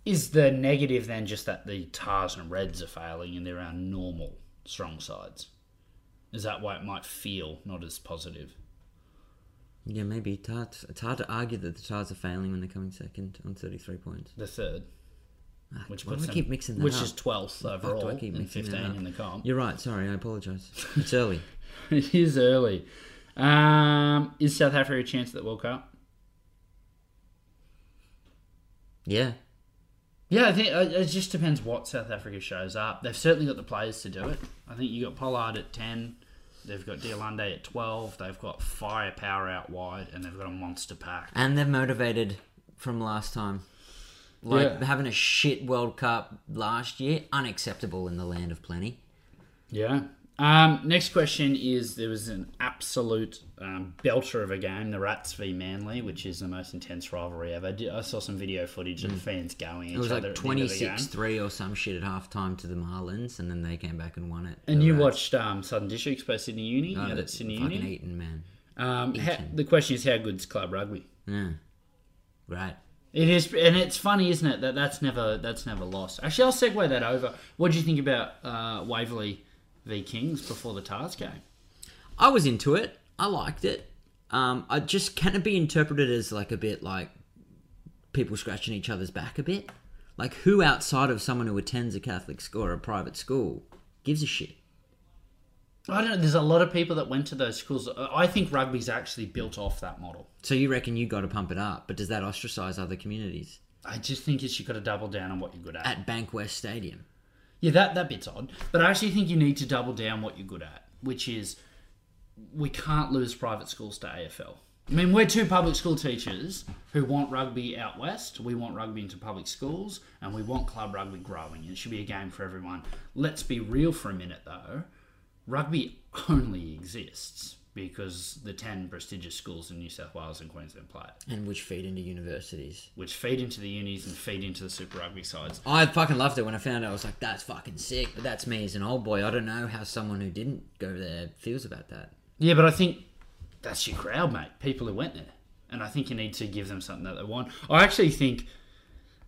S2: is the negative then just that the Tars and Reds are failing and they're our normal strong sides? Is that why it might feel not as positive?
S1: Yeah, maybe it's hard, it's hard to argue that the Tars are failing when they're coming second on 33 points.
S2: The third,
S1: Ah,
S2: which
S1: why do
S2: puts
S1: we
S2: them-
S1: keep mixing that
S2: which
S1: up?
S2: is twelfth
S1: do I
S2: overall
S1: keep
S2: and
S1: mixing that
S2: fifteen
S1: up?
S2: in the comp.
S1: You're right. Sorry, I apologise. It's early.
S2: it is early. Um, is South Africa a chance at the World Cup?
S1: Yeah,
S2: Yeah, I think uh, it just depends what South Africa shows up. They've certainly got the players to do it. I think you got Pollard at ten. They've got Diolande at twelve. They've got firepower out wide, and they've got a monster pack.
S1: and they're motivated from last time. Like
S2: Yeah.
S1: having a shit World Cup last year, unacceptable in the land of plenty.
S2: Yeah. Um, next question is there was an absolute um, belter of a game, the Rats v Manly, which is the most intense rivalry ever. I, did, I saw some video footage of the fans going
S1: Mm. It
S2: at each
S1: was
S2: other
S1: like
S2: at the end of the game.
S1: 26-3 or some shit at halftime to the Marlins, and then they came back and won it.
S2: And
S1: The
S2: you
S1: Rats
S2: watched um, Southern Districts by Sydney Uni.
S1: got
S2: out
S1: it.
S2: at Sydney
S1: fucking
S2: Uni.
S1: Eton, man.
S2: Um, ha- the question is how good's club rugby?
S1: Yeah, right.
S2: It is, and it's funny, isn't it? That that's never that's never lost. Actually, I'll segue that over. What do you think about uh, Waverley v Kings before the Tars game?
S1: I was into it. I liked it. Um, I just can it be interpreted as like a bit like people scratching each other's back a bit? Like who outside of someone who attends a Catholic school or a private school gives a shit?
S2: I don't know. There's a lot of people that went to those schools. I think rugby's actually built off that model.
S1: So you reckon you got to pump it up, but does that ostracize other communities
S2: I just think it's you've got to double down on what you're good at.
S1: at Bankwest Stadium?
S2: yeah, that, that bit's odd. But I actually think you need to double down what you're good at, which is we can't lose private schools to AFL. I mean, we're two public school teachers who want rugby out west. We want rugby into public schools, and we want club rugby growing. It should be a game for everyone. Let's be real for a minute, though. Rugby only exists because the 10 prestigious schools in New South Wales and Queensland play it,
S1: And which feed into universities.
S2: which feed into the unis and feed into the super rugby sides.
S1: I fucking loved it when I found out. I was like, that's fucking sick, but that's me as an old boy. I don't know how someone who didn't go there feels about that.
S2: Yeah, but I think that's your crowd, mate. People who went there, and I think you need to give them something that they want. I actually think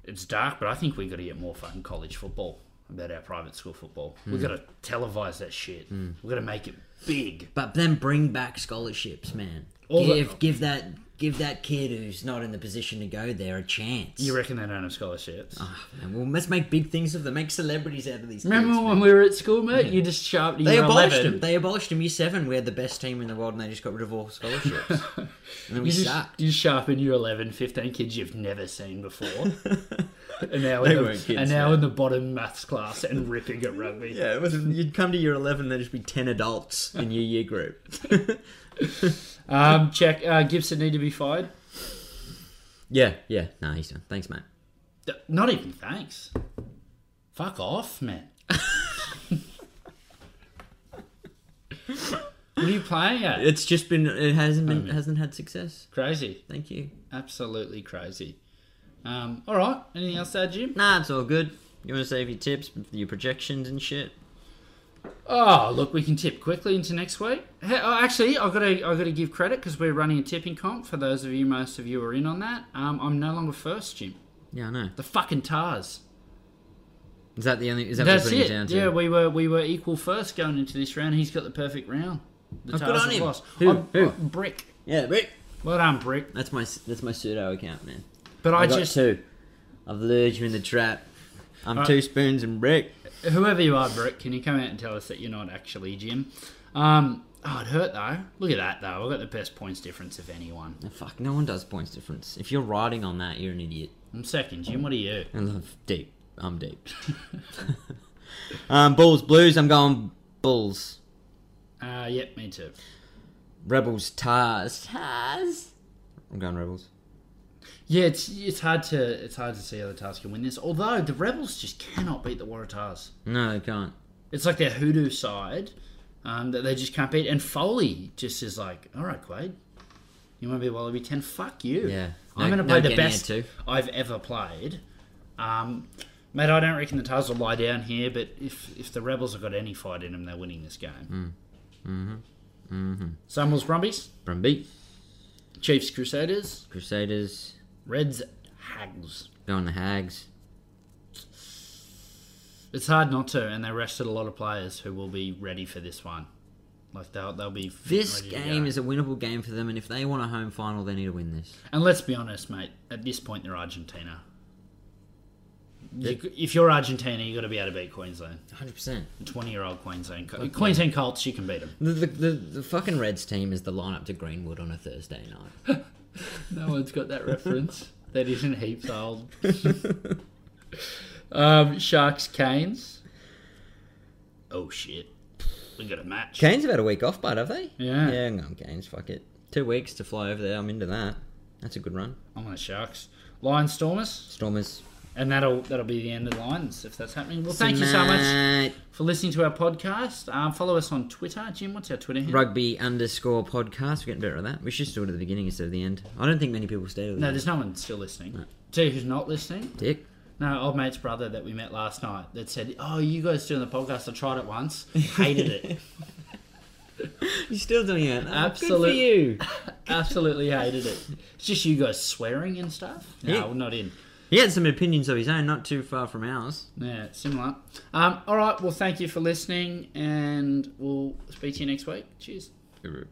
S2: it's dark, but I think we got to get more fucking college football about our private school football.
S1: Hmm.
S2: We've got to televise that shit. We've got to make it big.
S1: But then bring back scholarships, man.
S2: All
S1: give
S2: the-
S1: give that give that kid who's not in the position to go there a chance. Ah,
S2: You reckon they don't have
S1: Oh,
S2: scholarships?
S1: Man, well, let's make big things of them. Make celebrities out of these. kids,
S2: Remember
S1: man.
S2: when we were at school, mate? You just sharp.
S1: they
S2: year
S1: abolished
S2: 11.
S1: them? They abolished them. Year seven, we had the best team in the world, and they just got rid of all scholarships. and then we
S2: You just,
S1: sucked.
S2: you sharpen your 11, 15 kids you've never seen before. and now
S3: They
S2: in the,
S3: weren't kids,
S2: and now
S3: man.
S2: in the bottom maths class and ripping at rugby.
S1: Yeah, it was, you'd come to year 11 and there'd just be 10 adults in your year group.
S2: Um, check uh, Gibson need to be fired.
S1: yeah, yeah. Nah, he's done. Thanks, mate.
S2: D- Not even thanks. Fuck off, man. what are you playing at?
S1: It's just been, it hasn't been, hasn't had success.
S2: Crazy,
S1: Thank you.
S2: absolutely crazy. Um, all right. Anything else, to add, Jim?
S1: Nah, it's all good. You want to save your tips, your projections and shit?
S2: Oh, look, we can tip quickly into next week. Hey, oh, actually, I've got to I've got to give credit because we're running a tipping comp. For those of you, most of you are in on that. Um, I'm no longer first, Jim.
S1: Yeah, I know.
S2: The fucking Tars.
S1: Is that the only, is that
S2: That's
S1: what we're putting
S2: it.
S1: it down to?
S2: yeah, we were we were equal first going into this round. He's got the perfect round. The
S1: Oh,
S2: Tars
S1: good on
S2: have
S1: him.
S2: lost.
S1: Who-
S2: I'm-
S1: who?
S2: I'm Brick.
S1: Yeah, but
S2: Well done, Brick.
S1: that's my, that's my pseudo account, man.
S2: But I,
S1: I, got
S2: just Uh,
S1: two. I've lured you in the trap. I'm two spoons and brick.
S2: whoever you are, Brick, can you come out and tell us that you're not actually Jim? Um, oh, it hurt though. Look at that though. I've got the best points difference of anyone.
S1: Oh, fuck, no one does points difference. If you're riding on that, you're an idiot.
S2: I'm second, Jim. What are you?
S1: I love deep. I'm deep. um, Bulls, Blues. I'm going Bulls.
S2: Uh, yep, me too.
S1: Rebels, Tars. Tars. I'm going Rebels.
S2: Yeah, it's it's hard to it's hard to see how the Tars can win this. Although the Rebels just cannot beat the Waratahs.
S1: No, they can't.
S2: It's like their hoodoo side um, that they just can't beat. And Foley just is like, all right, Quade, you want to be Wallaby ten? Fuck you.
S1: Yeah.
S2: I'm
S1: No-
S2: going to
S1: no
S2: play the
S1: getting
S2: best
S1: there too.
S2: I've ever played. Um, mate, I don't reckon the Tars will lie down here, but if if the Rebels have got any fight in them, they're winning this game. Mm. Mm-hmm. Mm-hmm. Samuel's Brumbies,
S1: Brumby,
S2: Chiefs Crusaders,
S1: Crusaders.
S2: Reds Hags.
S1: Going the Hags.
S2: It's hard not to, and they rested a lot of players who will be ready for this one. Like they'll they'll be fit and
S1: This
S2: ready to
S1: game
S2: go.
S1: is a winnable game for them, and if they want a home final, they need to win this.
S2: And let's be honest, mate. At this point, they're Argentina. You, if you're Argentina, you got to be able to beat Queensland.
S1: 100%.
S2: Twenty-year-old Queensland, Co- Queensland Colts, you can beat them.
S1: The, the, the, the fucking Reds team is the lineup to Greenwood on a Thursday night.
S2: No one's got that reference. That isn't heaps old. um, Sharks, Canes. Oh shit, we got a match.
S1: Kane's about a week off, but have they?
S2: Yeah.
S1: Yeah, I'm going Kane's. Fuck it. Two weeks to fly over there. I'm into that. That's a good run.
S2: I'm on the Sharks. Lion Stormers.
S1: Stormers.
S2: And that'll that'll be the end of the lines if that's happening. Well, thank you so much
S1: Tonight,
S2: for listening to our podcast. Um, follow us on Twitter, Jim. What's our Twitter handle?
S1: Rugby underscore podcast. We're getting better at that. We should just do it at the beginning instead of the end. I don't think many people stay to the
S2: No,
S1: end.
S2: there's no one still listening. Tell you who's not listening?
S1: Dick.
S2: No, old mate's brother that we met last night that said, "Oh, you guys doing the podcast? I tried it once, hated it,
S1: You're still doing it. Absolutely.
S2: Absolute-
S1: Good for you.
S2: absolutely hated it. It's just you guys swearing and stuff. No,
S1: Yeah.
S2: we're not in.
S1: He had some opinions of his own, not too far from ours.
S2: Yeah, similar. Um, all right. Well, thank you for listening, and we'll speak to you next week. Cheers.
S1: Guru.